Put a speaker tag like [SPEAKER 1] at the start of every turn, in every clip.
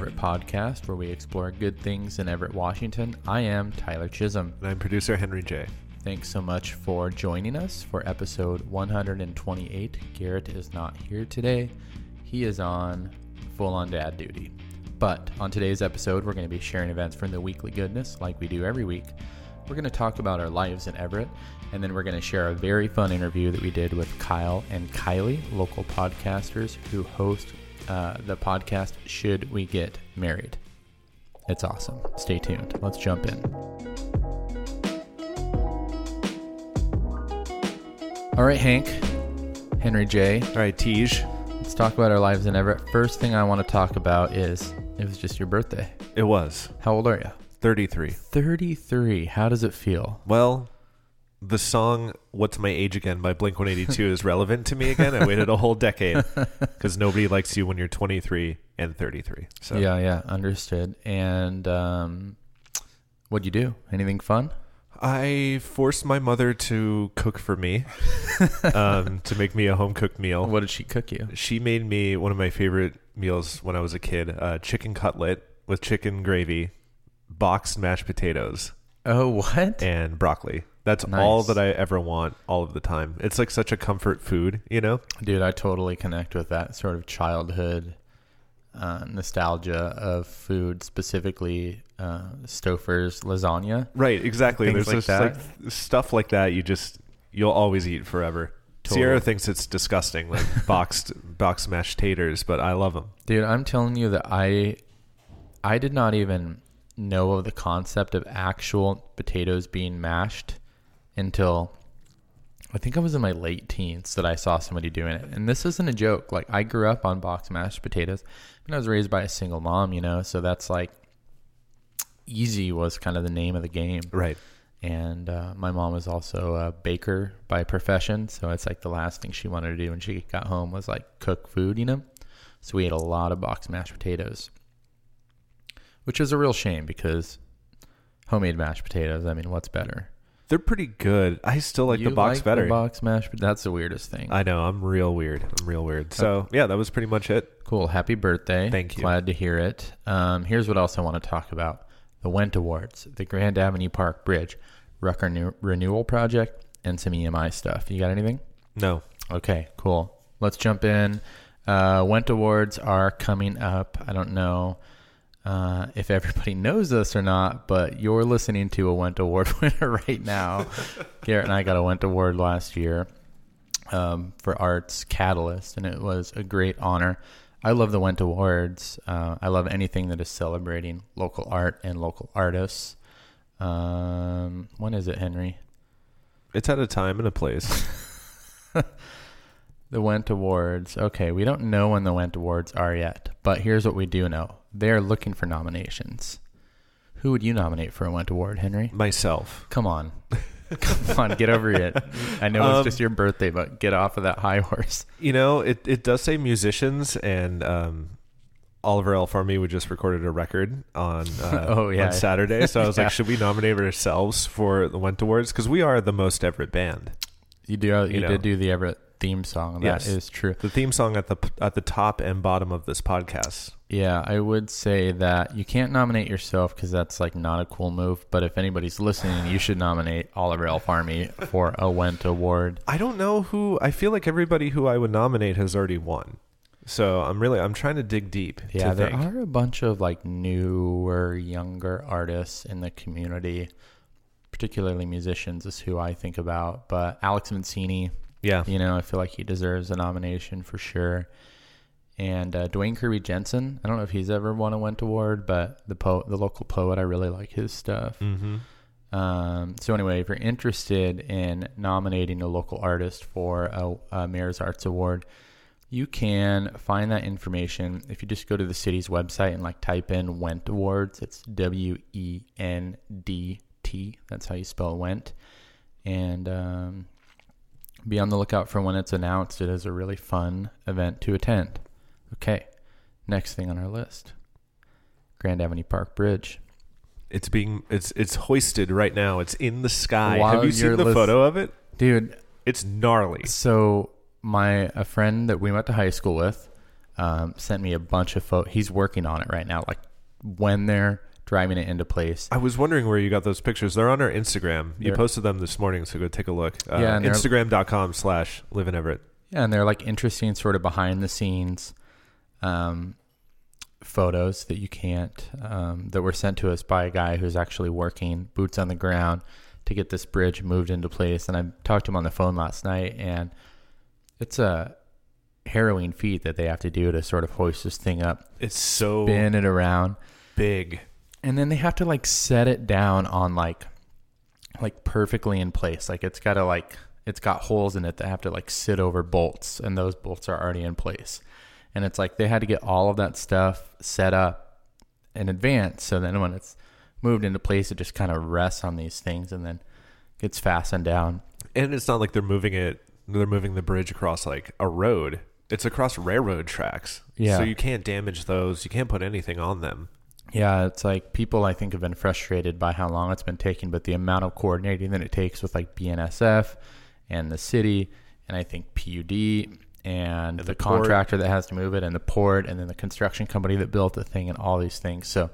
[SPEAKER 1] podcast where we explore good things in Everett, Washington. I am Tyler Chisholm.
[SPEAKER 2] And I'm producer Henry J.
[SPEAKER 1] Thanks so much for joining us for episode 128. Garrett is not here today, he is on full on dad duty. But on today's episode, we're going to be sharing events from the weekly goodness like we do every week. We're going to talk about our lives in Everett, and then we're going to share a very fun interview that we did with Kyle and Kylie, local podcasters who host uh, the podcast Should We Get Married? It's awesome. Stay tuned. Let's jump in. All right, Hank, Henry J,
[SPEAKER 2] All right, Tej.
[SPEAKER 1] let's talk about our lives in Everett. First thing I want to talk about is it was just your birthday.
[SPEAKER 2] It was
[SPEAKER 1] How old are you?
[SPEAKER 2] 33.
[SPEAKER 1] 33. How does it feel?
[SPEAKER 2] Well, the song What's My Age Again by Blink 182 is relevant to me again. I waited a whole decade because nobody likes you when you're 23 and 33. So
[SPEAKER 1] Yeah, yeah, understood. And um, what'd you do? Anything fun?
[SPEAKER 2] I forced my mother to cook for me um, to make me a home cooked meal.
[SPEAKER 1] What did she cook you?
[SPEAKER 2] She made me one of my favorite meals when I was a kid uh, chicken cutlet with chicken gravy, boxed mashed potatoes,
[SPEAKER 1] Oh, what?
[SPEAKER 2] and broccoli. That's all
[SPEAKER 1] Nice.
[SPEAKER 2] that I ever want all of the time. It's like such a comfort food, you know?
[SPEAKER 1] Dude, I totally connect with that sort of childhood uh, nostalgia of food, specifically uh, Stouffer's lasagna.
[SPEAKER 2] Right, exactly.
[SPEAKER 1] Things
[SPEAKER 2] There's
[SPEAKER 1] like
[SPEAKER 2] just
[SPEAKER 1] that.
[SPEAKER 2] like stuff like that you just you'll always eat forever.
[SPEAKER 1] Totally.
[SPEAKER 2] Sierra thinks it's disgusting, like boxed box mashed taters, but I love them.
[SPEAKER 1] Dude, I'm telling you that I I did not even know of the concept of actual potatoes being mashed until I think I was in my late teens that I saw somebody doing it. And this isn't a joke. Like I grew up on box mashed potatoes and I was raised by a single mom, you know, so that's like easy was kind of the name of the game.
[SPEAKER 2] Right.
[SPEAKER 1] And uh, my mom was also a baker by profession, so it's like the last thing she wanted to do when she got home was like cook food, you know. So we ate a lot of boxed mashed potatoes, which is a real shame because homemade mashed potatoes. I mean, what's better?
[SPEAKER 2] They're pretty good. I still like
[SPEAKER 1] You
[SPEAKER 2] the box better.
[SPEAKER 1] box mashed, but that's the weirdest thing.
[SPEAKER 2] I know, I'm real weird. I'm real weird. So, yeah, that was pretty much it.
[SPEAKER 1] cool. Happy birthday!
[SPEAKER 2] Thank you.
[SPEAKER 1] Glad to hear it. Um, here's what else I want to talk about: the Went Awards, the Grand Avenue Park Bridge, Rucker New- Renewal Project, and some EMI stuff. You got anything?
[SPEAKER 2] No.
[SPEAKER 1] Okay, cool. Let's jump in. Uh, Went Awards are coming up. I don't know uh, if everybody knows this or not, but you're listening to a Went Award winner right now. Garrett and I got a Went Award last year um, for Arts Catalyst, and it was a great honor. I love the Went Awards. Uh, I love anything that is celebrating local art and local artists. Um, when is it, Henry?
[SPEAKER 2] It's at a time and a place.
[SPEAKER 1] The Went Awards. Okay, we don't know when the Went Awards are yet, but here's what we do know. They're looking for nominations. Who would you nominate for a Went Award, Henry?
[SPEAKER 2] Myself.
[SPEAKER 1] Come on. Come on, get over it. I know
[SPEAKER 2] Um,
[SPEAKER 1] it's just your birthday, but get off of that high horse.
[SPEAKER 2] You know, it, it does say musicians, and um, Oliver L. Farmy we just recorded a record on uh,
[SPEAKER 1] Oh, yeah.
[SPEAKER 2] on Saturday. So I was
[SPEAKER 1] Yeah.
[SPEAKER 2] like, should we nominate ourselves for the Went Awards? Because we are the most Everett band.
[SPEAKER 1] You do uh, you,
[SPEAKER 2] You know.
[SPEAKER 1] did do the Everett theme song. That is
[SPEAKER 2] Yes.
[SPEAKER 1] true.
[SPEAKER 2] The theme song at the p- at the top and bottom of this podcast.
[SPEAKER 1] Yeah, I would say that you can't nominate yourself because that's like not a cool move. But if anybody's listening, you should nominate Oliver L. Farmy for a Went Award.
[SPEAKER 2] I don't know who. I feel like everybody who I would nominate has already won. So I'm really I'm trying to dig deep.
[SPEAKER 1] Yeah,
[SPEAKER 2] to
[SPEAKER 1] there
[SPEAKER 2] think.
[SPEAKER 1] are a bunch of like newer, younger artists in the community, particularly musicians, is who I think about. But Alex Mancini,
[SPEAKER 2] Yeah,
[SPEAKER 1] you know, I feel like he deserves a nomination for sure. And uh, Dwayne Kirby Jensen, I don't know if he's ever won a Went Award, but the po- the local poet, I really like his stuff.
[SPEAKER 2] hmm
[SPEAKER 1] Um, so anyway, if you're interested in nominating a local artist for a, a Mayor's Arts Award, you can find that information if you just go to the city's website and like type in Went Awards. It's W E N D T. That's how you spell Went. And um, be on the lookout for when it's announced. It is a really fun event to attend. Okay, next thing on our list Grand Avenue Park Bridge.
[SPEAKER 2] it's being it's it's hoisted right now. It's in the sky.
[SPEAKER 1] While
[SPEAKER 2] Have you
[SPEAKER 1] you're
[SPEAKER 2] seen the
[SPEAKER 1] lis-
[SPEAKER 2] photo of it?
[SPEAKER 1] Dude,
[SPEAKER 2] It's gnarly.
[SPEAKER 1] So my a friend that we went to high school with um, sent me a bunch of photos. He's working on it right now, like when they're driving it into place.
[SPEAKER 2] I was wondering where you got those pictures. They're on our Instagram. You
[SPEAKER 1] They're-
[SPEAKER 2] posted them this morning, so go take a look. Uh,
[SPEAKER 1] Yeah, and they're-
[SPEAKER 2] Instagram.com slash live in Everett.
[SPEAKER 1] Yeah, and they're like interesting sort of behind the scenes um, photos that you can't um, that were sent to us by a guy who's actually working boots on the ground to get this bridge moved into place. And I talked to him on the phone last night, and it's a harrowing feat that they have to do to sort of hoist this thing up,
[SPEAKER 2] It's so
[SPEAKER 1] spin it around,
[SPEAKER 2] big.
[SPEAKER 1] and then they have to like set it down on like like perfectly in place like it's got to like it's got holes in it that have to like sit over bolts and those bolts are already in place and it's like they had to get all of that stuff set up in advance so then when it's moved into place it just kind of rests on these things and then gets fastened down
[SPEAKER 2] And it's not like they're moving it, they're moving the bridge across like a road. It's across railroad tracks.
[SPEAKER 1] Yeah.
[SPEAKER 2] So you can't damage those. You can't put anything on them.
[SPEAKER 1] yeah it's like people i think have been frustrated by how long it's been taking but the amount of coordinating that it takes with like bnsf and the city and i think pud and the,
[SPEAKER 2] port.
[SPEAKER 1] contractor that has to move it and the port and then the construction company that built the thing and all these things so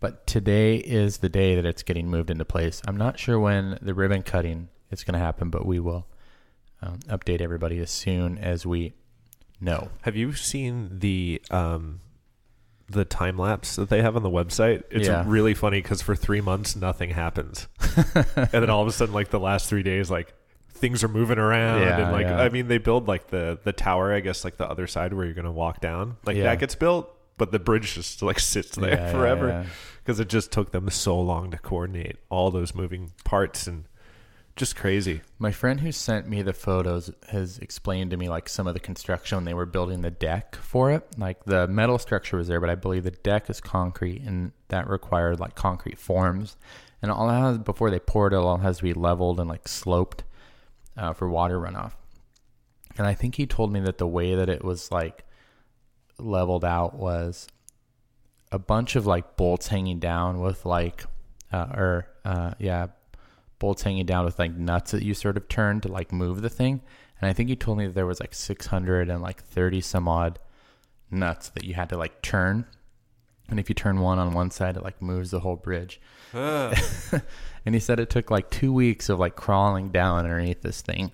[SPEAKER 1] but today is the day that it's getting moved into place i'm not sure when the ribbon cutting is going to happen but we will um, update everybody as soon as we know
[SPEAKER 2] Have you seen the um the time lapse that they have on the website? It's
[SPEAKER 1] Yeah.
[SPEAKER 2] really funny because for three months nothing happens, and then all of a sudden, like the last three days, like things are moving around
[SPEAKER 1] Yeah,
[SPEAKER 2] and like
[SPEAKER 1] yeah.
[SPEAKER 2] I mean they build like the the tower, I guess, like the other side where you're gonna walk down, like
[SPEAKER 1] Yeah.
[SPEAKER 2] that gets built, but the bridge just like sits there
[SPEAKER 1] Yeah, yeah,
[SPEAKER 2] forever
[SPEAKER 1] yeah.
[SPEAKER 2] because it just took them so long to coordinate all those moving parts and just crazy.
[SPEAKER 1] My friend who sent me the photos has explained to me like some of the construction when they were building the deck for it. Like the metal structure was there, but I believe the deck is concrete and that required like concrete forms. And all that has, before they poured it, all has to be leveled and like sloped uh, for water runoff. And I think he told me that the way that it was like leveled out was a bunch of like bolts hanging down with like, uh, or uh, yeah, bolts hanging down with like nuts that you sort of turn to like move the thing. And I think he told me that there was like 600 and like 30 some odd nuts that you had to like turn. And if you turn one on one side, it like moves the whole bridge. and he said it took like two weeks of like crawling down underneath this thing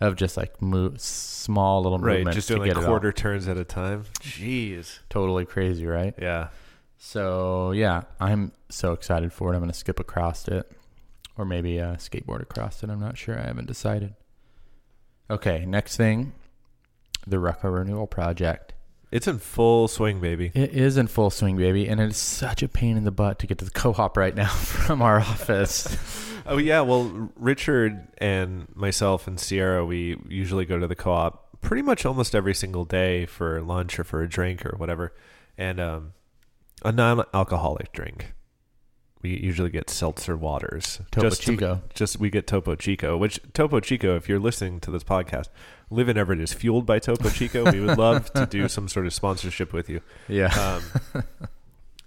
[SPEAKER 1] of just like move small little
[SPEAKER 2] Right,
[SPEAKER 1] movements
[SPEAKER 2] just
[SPEAKER 1] to
[SPEAKER 2] doing like
[SPEAKER 1] get it all.
[SPEAKER 2] quarter turns at a time. Jeez.
[SPEAKER 1] Totally crazy, right?
[SPEAKER 2] Yeah.
[SPEAKER 1] So yeah, I'm so excited for it. I'm gonna skip across it, or maybe uh, skateboard across it. I'm not sure. I haven't decided. Okay, next thing, the Rucker Renewal Project.
[SPEAKER 2] It's in full swing, baby.
[SPEAKER 1] It is in full swing, baby, and it is such a pain in the butt to get to the co-op right now from our office.
[SPEAKER 2] Oh yeah, well Richard and myself and Sierra, we usually go to the co-op pretty much almost every single day for lunch or for a drink or whatever, and um, a non-alcoholic drink. We usually get seltzer waters.
[SPEAKER 1] Topo
[SPEAKER 2] just to- Uh,
[SPEAKER 1] Chico.
[SPEAKER 2] just we get Topo Chico, which Topo Chico, if you're listening to this podcast, Live in Everett is fueled by Topo Chico. We would love to do some sort of sponsorship with you.
[SPEAKER 1] yeah,
[SPEAKER 2] Um,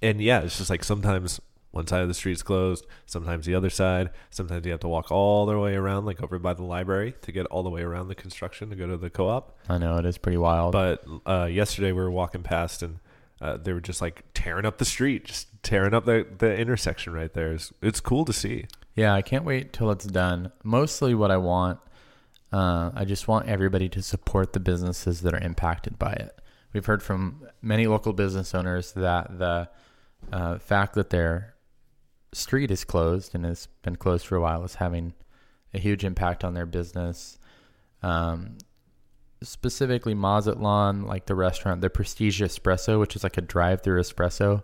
[SPEAKER 2] and yeah, it's just like sometimes one side of the street's closed, sometimes the other side. Sometimes you have to walk all the way around, like over by the library, to get all the way around the construction to go to the co-op.
[SPEAKER 1] I know it is pretty wild.
[SPEAKER 2] But uh, yesterday we were walking past, and uh, they were just like tearing up the street, just tearing up the the intersection right there. It's, it's cool to see.
[SPEAKER 1] Yeah, I can't wait till it's done. Mostly what I want, uh, I just want everybody to support the businesses that are impacted by it. We've heard from many local business owners that the uh, fact that their street is closed and has been closed for a while is having a huge impact on their business. Um, specifically, Mazatlan, like the restaurant, the Prestige Espresso, which is like a drive-through espresso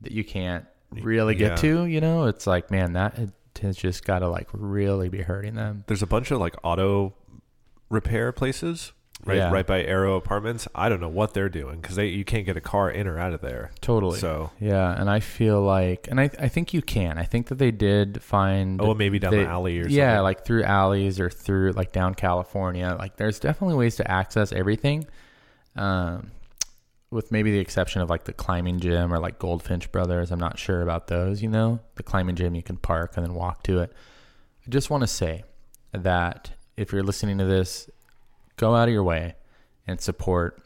[SPEAKER 1] that you can't really get
[SPEAKER 2] Yeah.
[SPEAKER 1] to. You know, it's like, man, that had- has just got to like really be hurting them.
[SPEAKER 2] There's a bunch of like auto repair places. Right,
[SPEAKER 1] Yeah.
[SPEAKER 2] right by Arrow Apartments. I don't know what they're doing because they you can't get a car in or out of there.
[SPEAKER 1] Totally.
[SPEAKER 2] So oh,
[SPEAKER 1] Yeah, and I feel like, and I, I think you can. I think that they did find.
[SPEAKER 2] Oh, maybe down the
[SPEAKER 1] they-
[SPEAKER 2] alley or
[SPEAKER 1] Yeah,
[SPEAKER 2] something.
[SPEAKER 1] like through alleys or through like down California. Like, there's definitely ways to access everything, um, with maybe the exception of like the climbing gym or like Goldfinch Brothers. I'm not sure about those. You know, the climbing gym you can park and then walk to it. I just want to say that if you're listening to this, go out of your way and support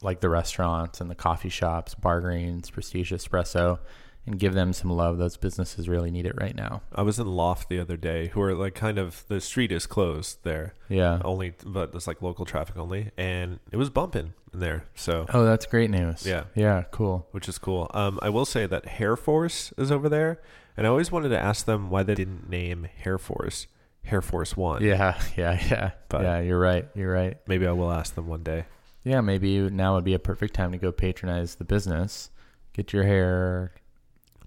[SPEAKER 1] like the restaurants and the coffee shops, Bar Greens, Prestige Espresso, and give them some love. Those businesses really need it right now.
[SPEAKER 2] I was in Loft the other day, who are like kind of the street is closed there,
[SPEAKER 1] Yeah.
[SPEAKER 2] only but it's like local traffic only, and it was bumping in there, so
[SPEAKER 1] Oh, that's great news.
[SPEAKER 2] Yeah.
[SPEAKER 1] Yeah. Cool.
[SPEAKER 2] which is cool. Um, I will say that Hair Force is over there, and I always wanted to ask them why they didn't name Hair Force Hair Force One.
[SPEAKER 1] Yeah. Yeah. Yeah.
[SPEAKER 2] But-
[SPEAKER 1] yeah. You're right. You're right.
[SPEAKER 2] Maybe I will ask them one day.
[SPEAKER 1] Yeah. Maybe now would be a perfect time to go patronize the business. Get your hair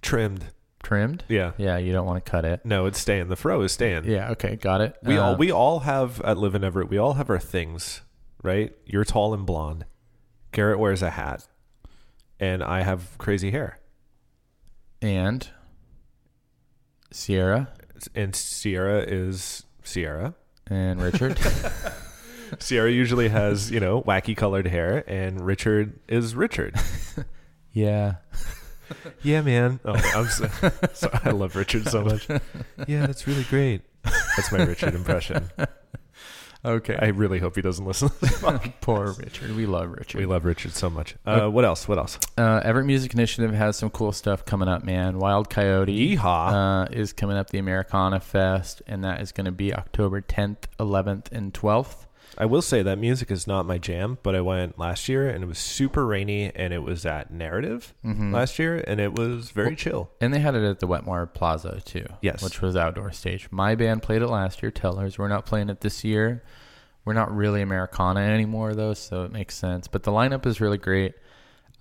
[SPEAKER 2] Trimmed,
[SPEAKER 1] trimmed.
[SPEAKER 2] yeah.
[SPEAKER 1] Yeah. You don't want to cut it.
[SPEAKER 2] No, it's staying. The fro is staying.
[SPEAKER 1] Yeah. Okay. Got it.
[SPEAKER 2] We all
[SPEAKER 1] Um,
[SPEAKER 2] we all have at Live in Everett. We all have our things, right? You're tall and blonde. Garrett wears a hat, and I have crazy hair.
[SPEAKER 1] and Sierra
[SPEAKER 2] And Sierra is Sierra.
[SPEAKER 1] and Richard.
[SPEAKER 2] Sierra usually has you know wacky colored hair, and Richard is Richard.
[SPEAKER 1] yeah.
[SPEAKER 2] Yeah, man. Oh, I'm so, so- I love Richard so much. Yeah, that's really great. That's my Richard impression.
[SPEAKER 1] Okay.
[SPEAKER 2] I really hope he doesn't listen.
[SPEAKER 1] Poor Richard. We love Richard.
[SPEAKER 2] we love Richard so much. Uh, what else? What else?
[SPEAKER 1] uh, Everett Music Initiative has some cool stuff coming up, man. Wild Coyote
[SPEAKER 2] Yeehaw!
[SPEAKER 1] uh, is coming up, the Americana Fest, and that is going to be October 10th, 11th, and 12th.
[SPEAKER 2] I will say that music is not my jam, but I went last year and it was super rainy and it was at Narrative
[SPEAKER 1] Mm-hmm.
[SPEAKER 2] last year and it was very chill.
[SPEAKER 1] And they had it at the Wetmore Plaza, too.
[SPEAKER 2] Yes.
[SPEAKER 1] Which was outdoor stage. My band played it last year, Tellers. We're not playing it this year. We're not really Americana anymore, though, so it makes sense. But the lineup is really great.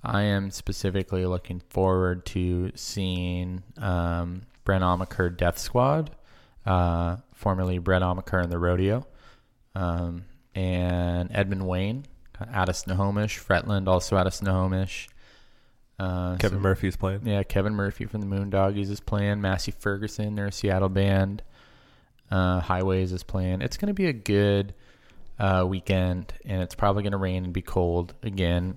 [SPEAKER 1] I am specifically looking forward to seeing um, Brent Amaker Death Squad, uh, formerly Brett Amaker and the Rodeo, um, and Edmund Wayne out of Snohomish, Fretland also out of Snohomish. Uh,
[SPEAKER 2] Kevin
[SPEAKER 1] so-
[SPEAKER 2] Murphy's playing.
[SPEAKER 1] yeah, Kevin Murphy from the Moondoggies is playing. Massey Ferguson, they're a Seattle band. Uh, Highways is playing. It's going to be a good uh, weekend, and it's probably going to rain and be cold again.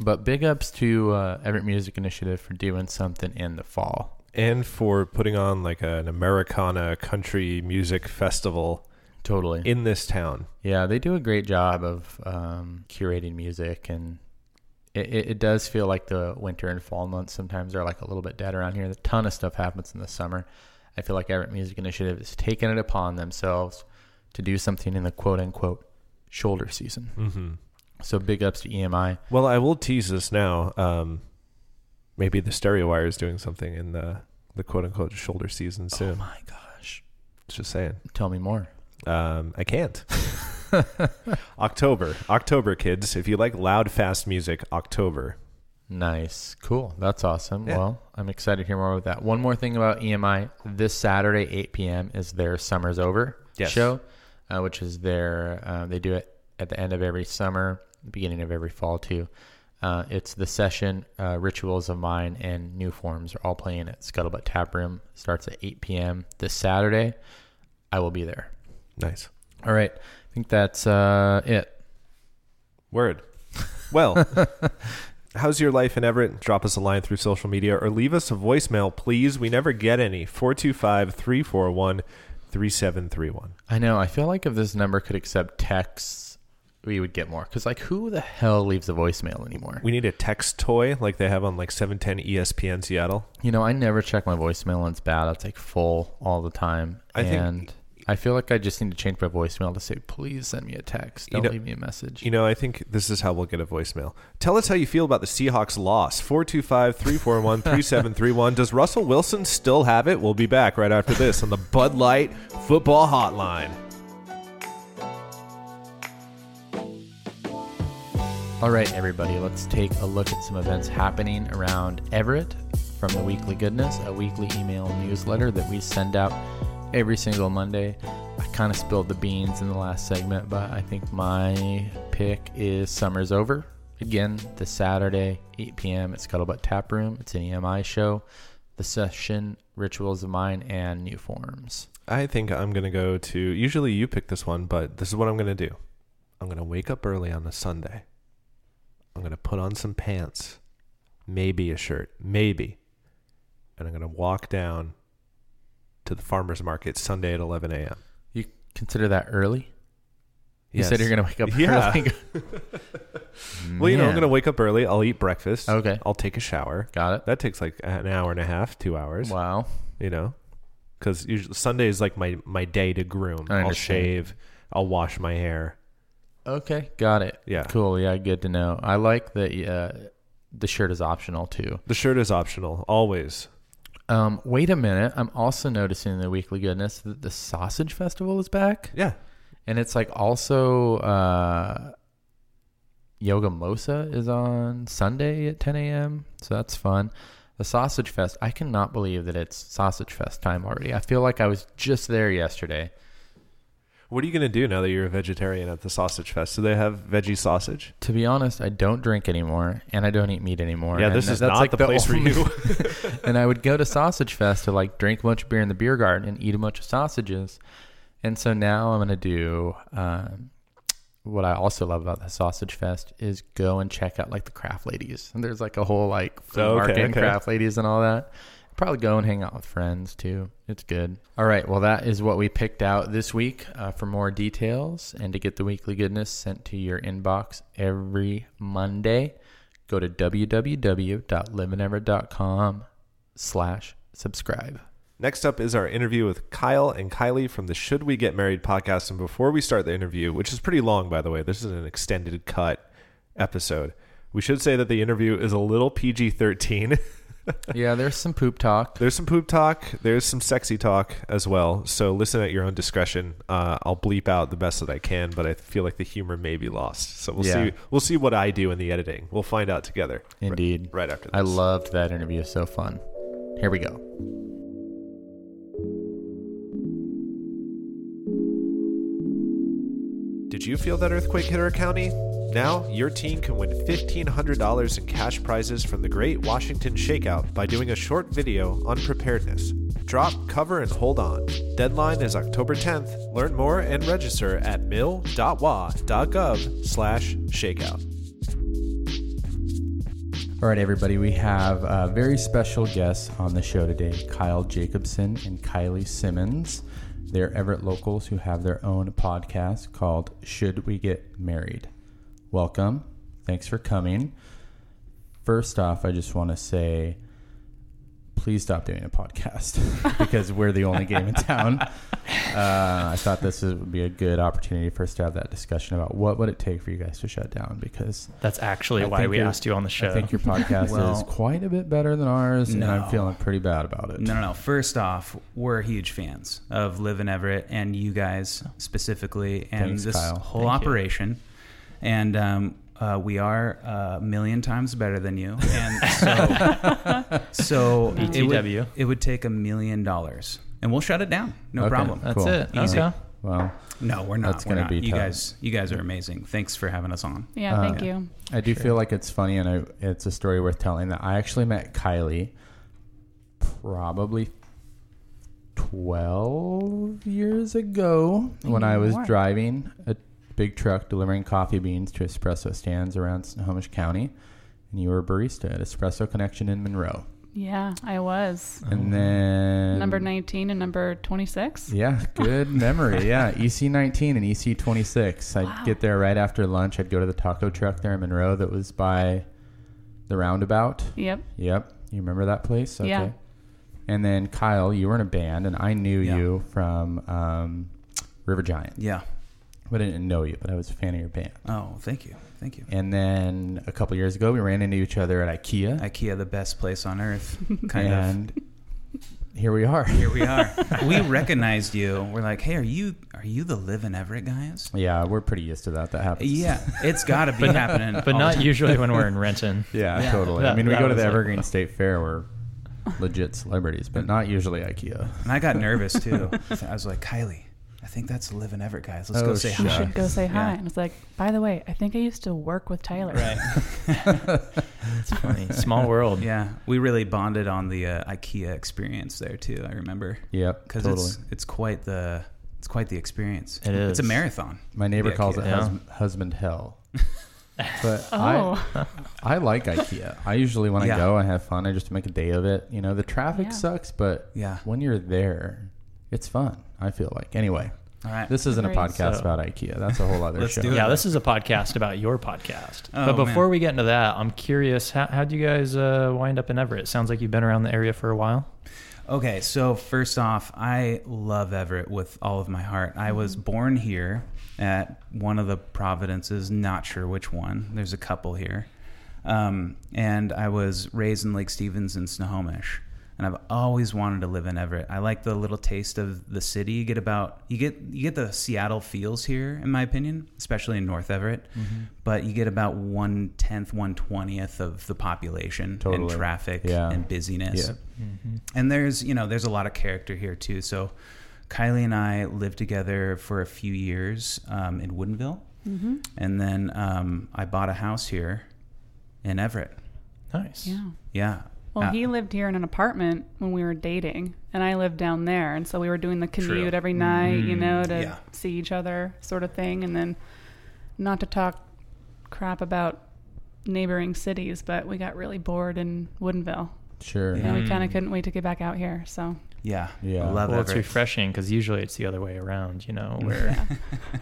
[SPEAKER 1] But big ups to uh, Everett Music Initiative for doing something in the fall.
[SPEAKER 2] And for putting on like an Americana country music festival
[SPEAKER 1] Totally.
[SPEAKER 2] in this town.
[SPEAKER 1] Yeah, they do a great job of um, curating music, and it, it, it does feel like the winter and fall months sometimes are like a little bit dead around here. A ton of stuff happens in the summer. I feel like Everett Music Initiative is taking it upon themselves to do something in the quote unquote shoulder season.
[SPEAKER 2] Mm-hmm.
[SPEAKER 1] So big ups to E EMI.
[SPEAKER 2] Well, I will tease this now. Um, maybe the Stereo Wire is doing something in the, the quote unquote shoulder season
[SPEAKER 1] Oh
[SPEAKER 2] soon.
[SPEAKER 1] my gosh!
[SPEAKER 2] Just saying.
[SPEAKER 1] Tell me more.
[SPEAKER 2] Um, I can't. October. October, kids. If you like loud, fast music, October.
[SPEAKER 1] Nice. Cool. That's awesome.
[SPEAKER 2] Yeah.
[SPEAKER 1] Well, I'm excited to hear more about that. One more thing about EMI. This Saturday, 8 p.m. is their Summer's Over
[SPEAKER 2] Yes.
[SPEAKER 1] show, uh, which is their, uh, they do it at the end of every summer, beginning of every fall too. Uh, it's the session, uh, Rituals of Mine and New Forms are all playing at Scuttlebutt Tap Room. Starts at 8 p.m. this Saturday. I will be there.
[SPEAKER 2] Nice.
[SPEAKER 1] All right. I think that's uh, it.
[SPEAKER 2] Word. Well, how's your life in Everett? Drop us a line through social media or leave us a voicemail, please. We never get any. 425 341 3731.
[SPEAKER 1] I know. I feel like if this number could accept texts, we would get more. Because, like, who the hell leaves a voicemail anymore?
[SPEAKER 2] We need a text toy like they have on like E 710 ESPN Seattle.
[SPEAKER 1] you know, I never check my voicemail and it's bad. It's like full all the time.
[SPEAKER 2] I think-
[SPEAKER 1] and I feel like I just need to change my voicemail to say, please send me a text.
[SPEAKER 2] You
[SPEAKER 1] Don't
[SPEAKER 2] know-
[SPEAKER 1] leave me a message.
[SPEAKER 2] You know, I think this is how we'll get a voicemail. Tell us how you feel about the Seahawks loss. 425 341 3731. Does Russell Wilson still have it? We'll be back right after this on the Bud Light Football Hotline.
[SPEAKER 1] All right, everybody, let's take a look at some events happening around Everett from the Weekly Goodness, a weekly email newsletter that we send out every single Monday. I kind of spilled the beans in the last segment, but I think my pick is Summer's Over. Again, this Saturday, 8 p.m. at Scuttlebutt Tap Room. It's an EMI show, the session, Rituals of Mine, and New Forms.
[SPEAKER 2] I think I'm going to go to. Usually you pick this one, but this is what I'm going to do. I'm going to wake up early on a Sunday. I'm going to put on some pants, maybe a shirt, maybe. And I'm going to walk down to the farmer's market Sunday at 11 a.m.
[SPEAKER 1] You consider that early? You said you're going to wake up
[SPEAKER 2] Yeah.
[SPEAKER 1] early.
[SPEAKER 2] Well, you know, I'm
[SPEAKER 1] Man.
[SPEAKER 2] going to wake up early. I'll eat breakfast.
[SPEAKER 1] Okay.
[SPEAKER 2] I'll take a shower.
[SPEAKER 1] Got it.
[SPEAKER 2] That takes like an hour and a half, two hours.
[SPEAKER 1] Wow.
[SPEAKER 2] You know, because usually Sunday is like my my day to groom.
[SPEAKER 1] I
[SPEAKER 2] I'll
[SPEAKER 1] understand.
[SPEAKER 2] shave. I'll wash my hair.
[SPEAKER 1] Okay, got it.
[SPEAKER 2] Yeah.
[SPEAKER 1] Cool. Yeah, good to know. I like that uh, the shirt is optional too.
[SPEAKER 2] The shirt is optional always.
[SPEAKER 1] Um, wait a minute. I'm also noticing in the weekly goodness that the sausage festival is back,
[SPEAKER 2] Yeah.
[SPEAKER 1] and it's like also uh, yoga mosa is on Sunday at 10 a.m. So that's fun. The sausage fest. I cannot believe that it's sausage fest time already. I feel like I was just there yesterday.
[SPEAKER 2] What are you going to do now that you're a vegetarian at the sausage fest? Do they have veggie sausage?
[SPEAKER 1] To be honest, I don't drink anymore, and I don't eat meat anymore.
[SPEAKER 2] yeah,
[SPEAKER 1] and
[SPEAKER 2] this
[SPEAKER 1] that-
[SPEAKER 2] is
[SPEAKER 1] that's
[SPEAKER 2] not
[SPEAKER 1] like
[SPEAKER 2] the place for
[SPEAKER 1] only-
[SPEAKER 2] you.
[SPEAKER 1] and I would go to Sausage Fest to like drink a bunch of beer in the beer garden and eat a bunch of sausages. And so now I'm gonna do um, what I also love about the Sausage Fest is go and check out like the craft ladies. And there's like a whole like flea
[SPEAKER 2] Oh, okay,
[SPEAKER 1] market and
[SPEAKER 2] okay.
[SPEAKER 1] craft ladies and all that. Probably go and hang out with friends too. It's good. All right. Well, that is what we picked out this week. Uh, for more details and to get the weekly goodness sent to your inbox every Monday, go to www.livingever.com slash subscribe.
[SPEAKER 2] Next up is our interview with Kyle and Kylie from the Should We Get Married podcast. And before we start the interview, which is pretty long, by the way, this is an extended cut episode. We should say that the interview is a little PG 13.
[SPEAKER 1] yeah, there's some poop talk.
[SPEAKER 2] There's some poop talk, there's some sexy talk as well. So listen at your own discretion. Uh, I'll bleep out the best that I can, but I feel like the humor may be lost. So we'll
[SPEAKER 1] Yeah.
[SPEAKER 2] see. We'll see what I do in the editing. We'll find out together.
[SPEAKER 1] Indeed.
[SPEAKER 2] Right, right after this.
[SPEAKER 1] I loved that interview. It's so fun. Here we go.
[SPEAKER 2] Did you feel that earthquake hit our county? Now, your team can win $1,500 in cash prizes from the Great Washington Shakeout by doing a short video on preparedness. Drop, cover, and hold on. Deadline is October 10th. Learn more and register at mill.wa.gov slash shakeout.
[SPEAKER 1] All right, everybody, we have uh, very special guests on the show today Kyle Jacobson and Kylie Simmons. They're Everett locals who have their own podcast called Should We Get Married? Welcome. Thanks for coming. First off, I just want to say please stop doing a podcast because we're the only game in town. Uh, I thought this would be a good opportunity for us to have that discussion about what would it take for you guys to shut down because
[SPEAKER 3] That's actually
[SPEAKER 1] I
[SPEAKER 3] why
[SPEAKER 1] think
[SPEAKER 3] we
[SPEAKER 1] you're-
[SPEAKER 3] asked you on the show.
[SPEAKER 1] I think your podcast is
[SPEAKER 4] Well-
[SPEAKER 1] quite a bit better than ours, and I'm
[SPEAKER 4] No.
[SPEAKER 1] feeling pretty bad about it.
[SPEAKER 4] No, no, no. First off, we're huge fans of Live in Everett and you guys specifically, and
[SPEAKER 1] Thanks,
[SPEAKER 4] this
[SPEAKER 1] Kyle.
[SPEAKER 4] whole
[SPEAKER 1] Thank you.
[SPEAKER 4] operation. And um, uh, we are a million times better than you. And so, so it,
[SPEAKER 3] BTW.
[SPEAKER 4] would, it would take a million dollars, and we'll shut it down. No
[SPEAKER 1] Okay,
[SPEAKER 4] problem.
[SPEAKER 1] that's
[SPEAKER 3] That's
[SPEAKER 1] Cool.
[SPEAKER 3] it.
[SPEAKER 4] Easy.
[SPEAKER 3] Okay.
[SPEAKER 1] Well,
[SPEAKER 4] No, we're not.
[SPEAKER 1] That's
[SPEAKER 4] we're
[SPEAKER 1] gonna
[SPEAKER 4] not.
[SPEAKER 1] be
[SPEAKER 4] you
[SPEAKER 1] tough.
[SPEAKER 4] guys, you guys are amazing. Thanks for having us on.
[SPEAKER 1] Uh,
[SPEAKER 5] Yeah, thank you.
[SPEAKER 1] I do feel like it's funny, and I, it's a story worth telling. That I actually met Kylie probably twelve years ago when I was
[SPEAKER 5] more.
[SPEAKER 1] driving a big truck delivering coffee beans to espresso stands around Snohomish County, and you were a barista at Espresso Connection in Monroe,
[SPEAKER 5] Yeah, I was
[SPEAKER 3] Oh.
[SPEAKER 1] and then
[SPEAKER 5] number 19 and number 26.
[SPEAKER 1] Yeah, good memory. Yeah, EC 19 and EC 26. I'd get there right after lunch. I'd go to the taco truck there in Monroe that was by the roundabout.
[SPEAKER 5] Yep.
[SPEAKER 1] Yep. You remember that place?
[SPEAKER 5] Yeah.
[SPEAKER 1] And then Kyle, you were in a band, and I knew
[SPEAKER 4] Yeah.
[SPEAKER 1] you from um, River Giant.
[SPEAKER 4] Yeah.
[SPEAKER 1] But I didn't know you, but I was a fan of your band.
[SPEAKER 4] Oh, thank you, thank you.
[SPEAKER 1] And then a couple years ago, we ran into each other at IKEA.
[SPEAKER 4] IKEA, the best place on earth, kind of.
[SPEAKER 1] and here we are.
[SPEAKER 4] Here we are. we recognized you. We're like, hey, are you are you the live in Everett guys?
[SPEAKER 1] Yeah, we're pretty used to that. That happens.
[SPEAKER 4] Yeah, it's got to be happening.
[SPEAKER 3] but
[SPEAKER 4] all the
[SPEAKER 3] not
[SPEAKER 4] time.
[SPEAKER 3] usually when we're in Renton.
[SPEAKER 1] Yeah,
[SPEAKER 4] Yeah.
[SPEAKER 1] totally. I
[SPEAKER 3] That-
[SPEAKER 1] mean, we
[SPEAKER 3] that
[SPEAKER 1] go to the
[SPEAKER 3] was it.
[SPEAKER 1] Evergreen State Fair. We're legit celebrities, but not usually IKEA.
[SPEAKER 4] And I got nervous too. So I was like, Kylie, I think that's the live in Everett guys. Let's
[SPEAKER 1] Oh,
[SPEAKER 4] go say
[SPEAKER 1] sure.
[SPEAKER 5] You
[SPEAKER 4] hi.
[SPEAKER 5] should go say hi.
[SPEAKER 4] Yeah.
[SPEAKER 5] And it's like, by the way, I think I used to work with Tyler.
[SPEAKER 4] Right.
[SPEAKER 3] It's funny. Small world.
[SPEAKER 4] Yeah, we really bonded on the uh, IKEA experience there too. I remember
[SPEAKER 1] Yep,
[SPEAKER 4] because
[SPEAKER 1] totally.
[SPEAKER 4] it's it's quite the it's quite the experience.
[SPEAKER 3] It
[SPEAKER 4] It's a
[SPEAKER 3] is.
[SPEAKER 4] marathon.
[SPEAKER 1] My neighbor
[SPEAKER 4] Yeah,
[SPEAKER 1] calls it
[SPEAKER 3] yeah.
[SPEAKER 1] husband, husband hell. But
[SPEAKER 5] Oh,
[SPEAKER 1] I, I like IKEA. I usually when I
[SPEAKER 4] Yeah.
[SPEAKER 1] go, I have fun. I just make a day of it. You know, the traffic
[SPEAKER 5] Yeah.
[SPEAKER 1] sucks, but
[SPEAKER 4] Yeah.
[SPEAKER 1] when you're there, it's fun. I feel like anyway.
[SPEAKER 4] All right.
[SPEAKER 1] This isn't a
[SPEAKER 5] Agreed.
[SPEAKER 1] podcast
[SPEAKER 3] So-
[SPEAKER 1] about IKEA. That's a whole other
[SPEAKER 4] Let's
[SPEAKER 1] show.
[SPEAKER 4] do it.
[SPEAKER 3] Yeah, this is a podcast about your podcast.
[SPEAKER 4] Oh,
[SPEAKER 3] but before
[SPEAKER 4] man.
[SPEAKER 3] we get into that, I'm curious how how'd you guys uh, wind up in Everett? Sounds like you've been around the area for a while.
[SPEAKER 4] Okay, so first off, I love Everett with all of my heart. I was
[SPEAKER 1] Mm-hmm.
[SPEAKER 4] born here at one of the Providences, not sure which one. There's a couple here. Um, and I was raised in Lake Stevens and Snohomish. And I've always wanted to live in Everett. I like the little taste of the city. You get about you get you get the Seattle feels here, in my opinion, especially in North Everett.
[SPEAKER 1] Mm-hmm.
[SPEAKER 4] But you get about one tenth, one twentieth of the population and
[SPEAKER 1] Totally.
[SPEAKER 4] traffic
[SPEAKER 1] Yeah.
[SPEAKER 4] and busyness
[SPEAKER 1] Yeah.
[SPEAKER 4] and there's you know there's a lot of character here too so kylie and i lived together for a few years um, in woodinville and then um, i bought a house here in everett
[SPEAKER 3] Nice.
[SPEAKER 5] Yeah.
[SPEAKER 4] yeah
[SPEAKER 5] Well,
[SPEAKER 4] Uh,
[SPEAKER 5] he lived here in an apartment when we were dating, and I lived down there, and so we were doing the commute every night, you know, to
[SPEAKER 4] yeah.
[SPEAKER 5] see each other, sort of thing, and then not to talk crap about neighboring cities, but we got really bored in Woodinville,
[SPEAKER 1] Sure.
[SPEAKER 4] Yeah.
[SPEAKER 5] and we
[SPEAKER 1] Mm.
[SPEAKER 5] kind of couldn't wait to get back out here. So
[SPEAKER 4] yeah
[SPEAKER 1] Yeah.
[SPEAKER 4] I love
[SPEAKER 3] Well, it's
[SPEAKER 4] everett Mm.
[SPEAKER 3] refreshing because usually it's the other way around, you know, where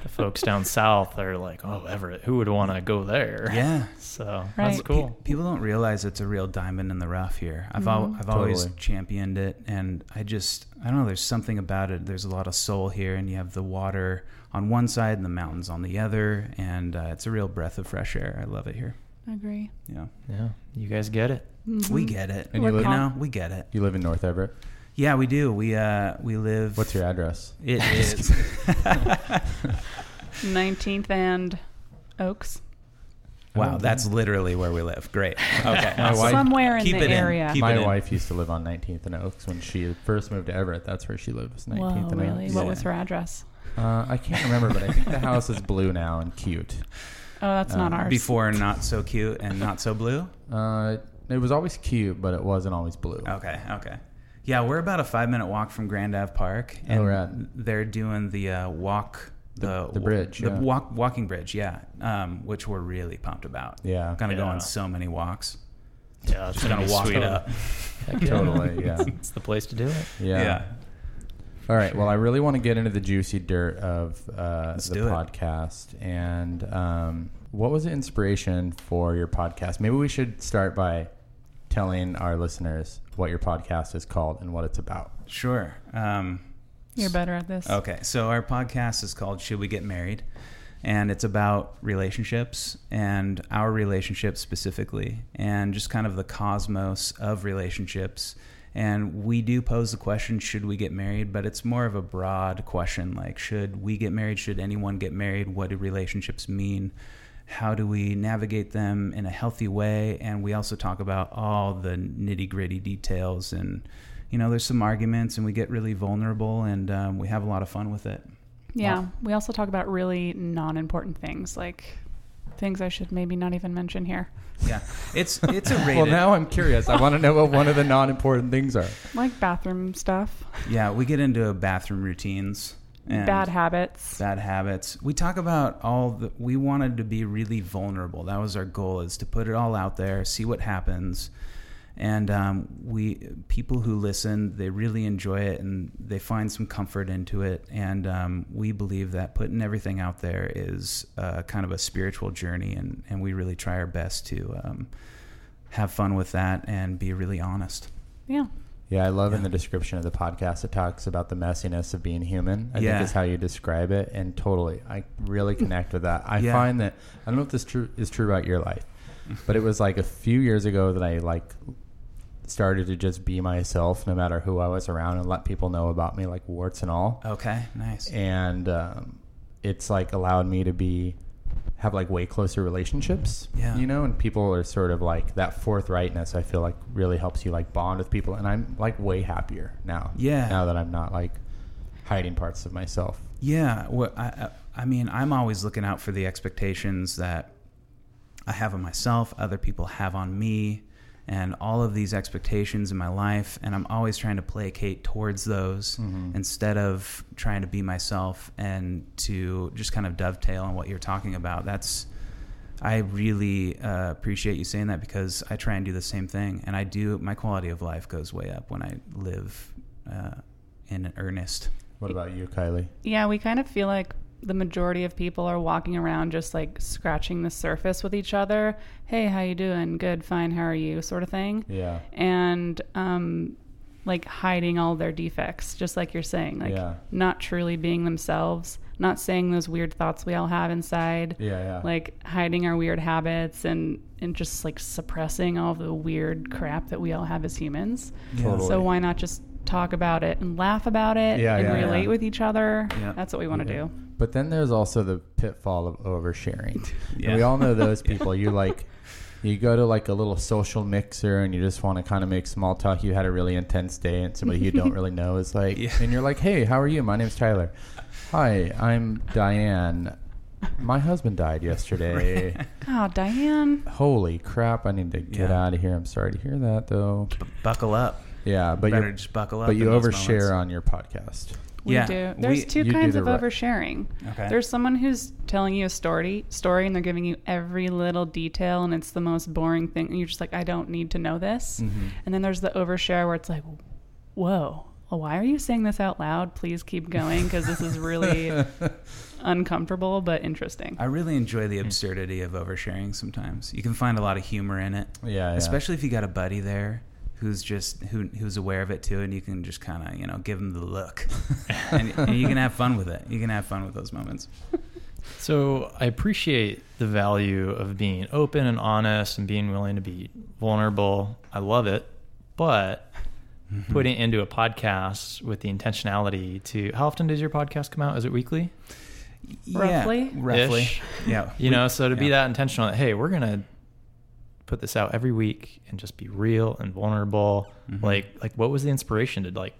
[SPEAKER 3] the folks down south are like, "Oh, Everett, who would want to go there?"
[SPEAKER 4] yeah
[SPEAKER 3] So that's
[SPEAKER 5] Right.
[SPEAKER 4] Pe-
[SPEAKER 3] cool.
[SPEAKER 4] people don't realize it's a real diamond in the rough here. I've al- I've always
[SPEAKER 1] Mm-hmm. Totally.
[SPEAKER 4] championed it, and I just I don't know. There's something about it. There's a lot of soul here, and you have the water on one side and the mountains on the other, and uh, it's a real breath of fresh air. I love it here.
[SPEAKER 5] I agree.
[SPEAKER 4] Yeah,
[SPEAKER 3] Yeah, you guys get it.
[SPEAKER 4] we get it.
[SPEAKER 1] Mm-hmm. And
[SPEAKER 5] We're
[SPEAKER 1] you live,
[SPEAKER 5] calm.
[SPEAKER 4] No, we get it.
[SPEAKER 1] you live in North Everett.
[SPEAKER 4] Yeah, we do. We uh we live.
[SPEAKER 1] What's your address?
[SPEAKER 4] It is.
[SPEAKER 5] 19th and Oaks,
[SPEAKER 4] wow, that's literally where we live. Great. Okay.
[SPEAKER 1] Oh. My wife-
[SPEAKER 5] somewhere in
[SPEAKER 4] Keep
[SPEAKER 5] the
[SPEAKER 4] it in.
[SPEAKER 5] area.
[SPEAKER 4] Keep it
[SPEAKER 1] My
[SPEAKER 4] in.
[SPEAKER 1] wife used to live on 19th and Oaks when she first moved to Everett. That's where she lives. 19th
[SPEAKER 5] Whoa,
[SPEAKER 1] and
[SPEAKER 5] really?
[SPEAKER 1] Oaks.
[SPEAKER 5] What
[SPEAKER 4] Yeah.
[SPEAKER 5] was her address?
[SPEAKER 1] Uh, I can't remember, but I think the house is blue now and cute.
[SPEAKER 5] Oh, that's not ours.
[SPEAKER 4] Uh, Before not so cute and not so blue.
[SPEAKER 1] Uh, it was always cute, but it wasn't always blue.
[SPEAKER 4] Okay, okay. Yeah, we're about a five minute walk from Grand Ave Park, and
[SPEAKER 1] Oh, right.
[SPEAKER 4] they're doing the uh, walk, the,
[SPEAKER 1] the bridge,
[SPEAKER 4] the
[SPEAKER 1] yeah.
[SPEAKER 4] walk, walking bridge, yeah, um, which we're really pumped about.
[SPEAKER 1] Yeah.
[SPEAKER 4] gonna go
[SPEAKER 3] Yeah.
[SPEAKER 4] on so many walks.
[SPEAKER 3] Yeah, it's
[SPEAKER 4] Just gonna walk it up.
[SPEAKER 1] Totally. Yeah.
[SPEAKER 3] It's the place to do it.
[SPEAKER 1] Yeah. All right. Well, I really want to get into the juicy dirt of uh,
[SPEAKER 4] Let's
[SPEAKER 1] the
[SPEAKER 4] do it.
[SPEAKER 1] podcast. And um, what was the inspiration for your podcast? Maybe we should start by telling our listeners what your podcast is called and what it's about.
[SPEAKER 4] sure. Um,
[SPEAKER 5] You're better at this.
[SPEAKER 4] Okay, so our podcast is called Should We Get Married? And it's about relationships and our relationship specifically, and just kind of the cosmos of relationships. And we do pose the question, should we get married? But it's more of a broad question like, should we get married? Should anyone get married? What do relationships mean? How do we navigate them in a healthy way? And we also talk about all the nitty gritty details and you know, there's some arguments and we get really vulnerable and um, we have a lot of fun with it.
[SPEAKER 5] Yeah. We also talk about really non important things, like things I should maybe not even mention here.
[SPEAKER 4] Yeah. It's it's a rated.
[SPEAKER 1] Well, now I'm curious. I want to know what one of the non-important things are.
[SPEAKER 5] Like bathroom stuff,
[SPEAKER 4] yeah, we get into bathroom routines and
[SPEAKER 5] bad habits.
[SPEAKER 4] bad habits. We talk about all the we wanted to be really vulnerable. That was our goal is to put it all out there, see what happens. And um, we people who listen, they really enjoy it and they find some comfort into it. And um, we believe that putting everything out there is uh, kind of a spiritual journey, and, and we really try our best to um, have fun with that and be really honest.
[SPEAKER 5] Yeah.
[SPEAKER 1] Yeah, I love in the description of the podcast it talks about the messiness of being human. I
[SPEAKER 4] Yeah. Mm.
[SPEAKER 1] think is how you describe it, and totally, I really connect with that. I
[SPEAKER 4] Yeah.
[SPEAKER 1] find that I don't know if this true is true about your life, but it was like a few years ago that I like started to just be myself, no matter who I was around, and let people know about me, like warts and all.
[SPEAKER 4] Okay, nice.
[SPEAKER 1] And um, it's like allowed me to be have like way closer relationships
[SPEAKER 4] Yeah.
[SPEAKER 1] you know and people are sort of like that forthrightness i feel like really helps you like bond with people and i'm like way happier now
[SPEAKER 4] Yeah.
[SPEAKER 1] now that i'm not like hiding parts of myself
[SPEAKER 4] Yeah, well, I, I I mean, I'm always looking out for the expectations that I have on myself, other people have on me, and all of these expectations in my life, and I'm always trying to placate towards those instead of trying to be myself and to just kind of dovetail on what you're talking about. That's I really uh, appreciate you saying that because I try and do the same thing, and I do. My quality of life goes way up when I live uh, in earnest.
[SPEAKER 1] What about you, Kylie?
[SPEAKER 5] Yeah, we kind of feel like the majority of people are walking around just like scratching the surface with each other. Hey, how you doing? Good, fine. How are you? Sort of thing.
[SPEAKER 1] Yeah.
[SPEAKER 5] And um like hiding all their defects, just like you're saying, like
[SPEAKER 1] Yeah.
[SPEAKER 5] not truly being themselves, not saying those weird thoughts we all have inside.
[SPEAKER 1] Yeah, yeah.
[SPEAKER 5] Like hiding our weird habits and and just like suppressing all the weird crap that we all have as humans.
[SPEAKER 1] Totally.
[SPEAKER 5] So why not just talk about it and laugh about it
[SPEAKER 1] Yeah,
[SPEAKER 5] and
[SPEAKER 1] yeah,
[SPEAKER 5] relate
[SPEAKER 1] yeah.
[SPEAKER 5] with each other?
[SPEAKER 4] Yeah.
[SPEAKER 5] That's what we want to do.
[SPEAKER 1] But then there's also the pitfall of oversharing.
[SPEAKER 4] Yeah.
[SPEAKER 1] And we all know those people. You like, you go to like a little social mixer and you just want to kind of make small talk. You had a really intense day and somebody you don't really know is like,
[SPEAKER 4] Yeah.
[SPEAKER 1] and you're like, hey, how are you? My name's Tyler. Hi, I'm Diane. My husband died yesterday.
[SPEAKER 5] Oh, Diane.
[SPEAKER 1] Holy crap! I need to get
[SPEAKER 4] Yeah.
[SPEAKER 1] out of here. I'm sorry to hear that, though.
[SPEAKER 4] buckle up.
[SPEAKER 1] Yeah, but
[SPEAKER 4] Better
[SPEAKER 1] you
[SPEAKER 4] just buckle up.
[SPEAKER 1] but you
[SPEAKER 4] in those
[SPEAKER 1] overshare
[SPEAKER 4] moments.
[SPEAKER 1] on your podcast.
[SPEAKER 5] We
[SPEAKER 4] Yeah,
[SPEAKER 5] do. There's
[SPEAKER 4] we-
[SPEAKER 5] two
[SPEAKER 1] You do
[SPEAKER 5] kinds
[SPEAKER 1] the
[SPEAKER 5] of
[SPEAKER 1] right-
[SPEAKER 5] oversharing.
[SPEAKER 4] Okay.
[SPEAKER 5] There's someone who's telling you a story, story, and they're giving you every little detail, and it's the most boring thing. And you're just like, I don't need to know this.
[SPEAKER 4] Mm-hmm.
[SPEAKER 5] And then there's the overshare where it's like, whoa, well, why are you saying this out loud? Please keep going because this is really uncomfortable but interesting.
[SPEAKER 4] I really enjoy
[SPEAKER 1] Hmm.
[SPEAKER 4] the absurdity of oversharing. Sometimes you can find a lot of humor in it.
[SPEAKER 1] Yeah, yeah.
[SPEAKER 4] especially if you got a buddy there who's just who who's aware of it too, and you can just kind of you know give him the look, and, and you can have fun with it. You can have fun with those moments.
[SPEAKER 3] So I appreciate the value of being open and honest and being willing to be vulnerable. I love it, but putting it into a podcast with the intentionality to how often does your podcast come out? Is it weekly?
[SPEAKER 4] Yeah,
[SPEAKER 5] Roughly?
[SPEAKER 4] roughly,
[SPEAKER 3] Ish.
[SPEAKER 4] yeah.
[SPEAKER 3] You know, so to be
[SPEAKER 4] yeah.
[SPEAKER 3] that intentional, that, hey, we're gonna put this out every week and just be real and vulnerable.
[SPEAKER 4] Mhm.
[SPEAKER 3] Like, like what was the inspiration to like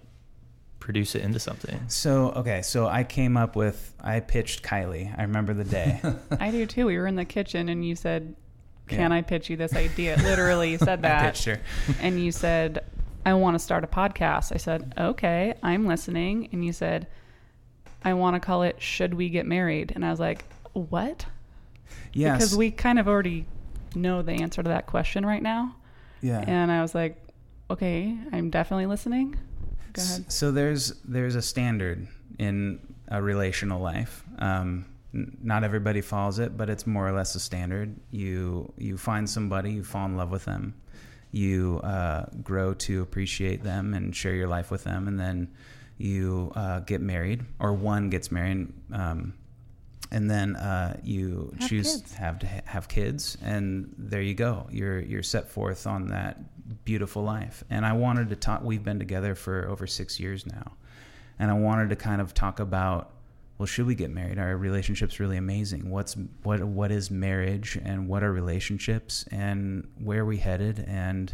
[SPEAKER 3] produce it into something?
[SPEAKER 4] So okay, so I came up with I pitched Kylie. I remember the day.
[SPEAKER 5] I do too. We were in the kitchen, and you said, Can
[SPEAKER 4] Yeah.
[SPEAKER 5] I pitch you this idea? Literally, you said that.
[SPEAKER 4] I pitched her.
[SPEAKER 5] and you said, I want to start a podcast. I said, okay, I'm listening. And you said, I want to call it Should We Get Married? And I was like, what?
[SPEAKER 4] Yes,
[SPEAKER 5] Because we kind of already know the answer to that question right now.
[SPEAKER 4] yeah.
[SPEAKER 5] And I was like, okay, I'm definitely listening. Go
[SPEAKER 4] S-
[SPEAKER 5] ahead.
[SPEAKER 4] So there's there's a standard in a relational life. Um, n- not everybody follows it, but it's more or less a standard. You you find somebody, you fall in love with them, you uh, grow to appreciate them and share your life with them, and then you uh, get married, or one gets married. Um, and then uh, you
[SPEAKER 5] Have
[SPEAKER 4] choose
[SPEAKER 5] kids.
[SPEAKER 4] to have to ha- have kids, and there you go. You're you're set forth on that beautiful life. And I wanted to talk. We've been together for over six years now, and I wanted to kind of talk about. Well, should we get married? Our relationship's really amazing. What's what? What is marriage, and what are relationships, and where are we headed? And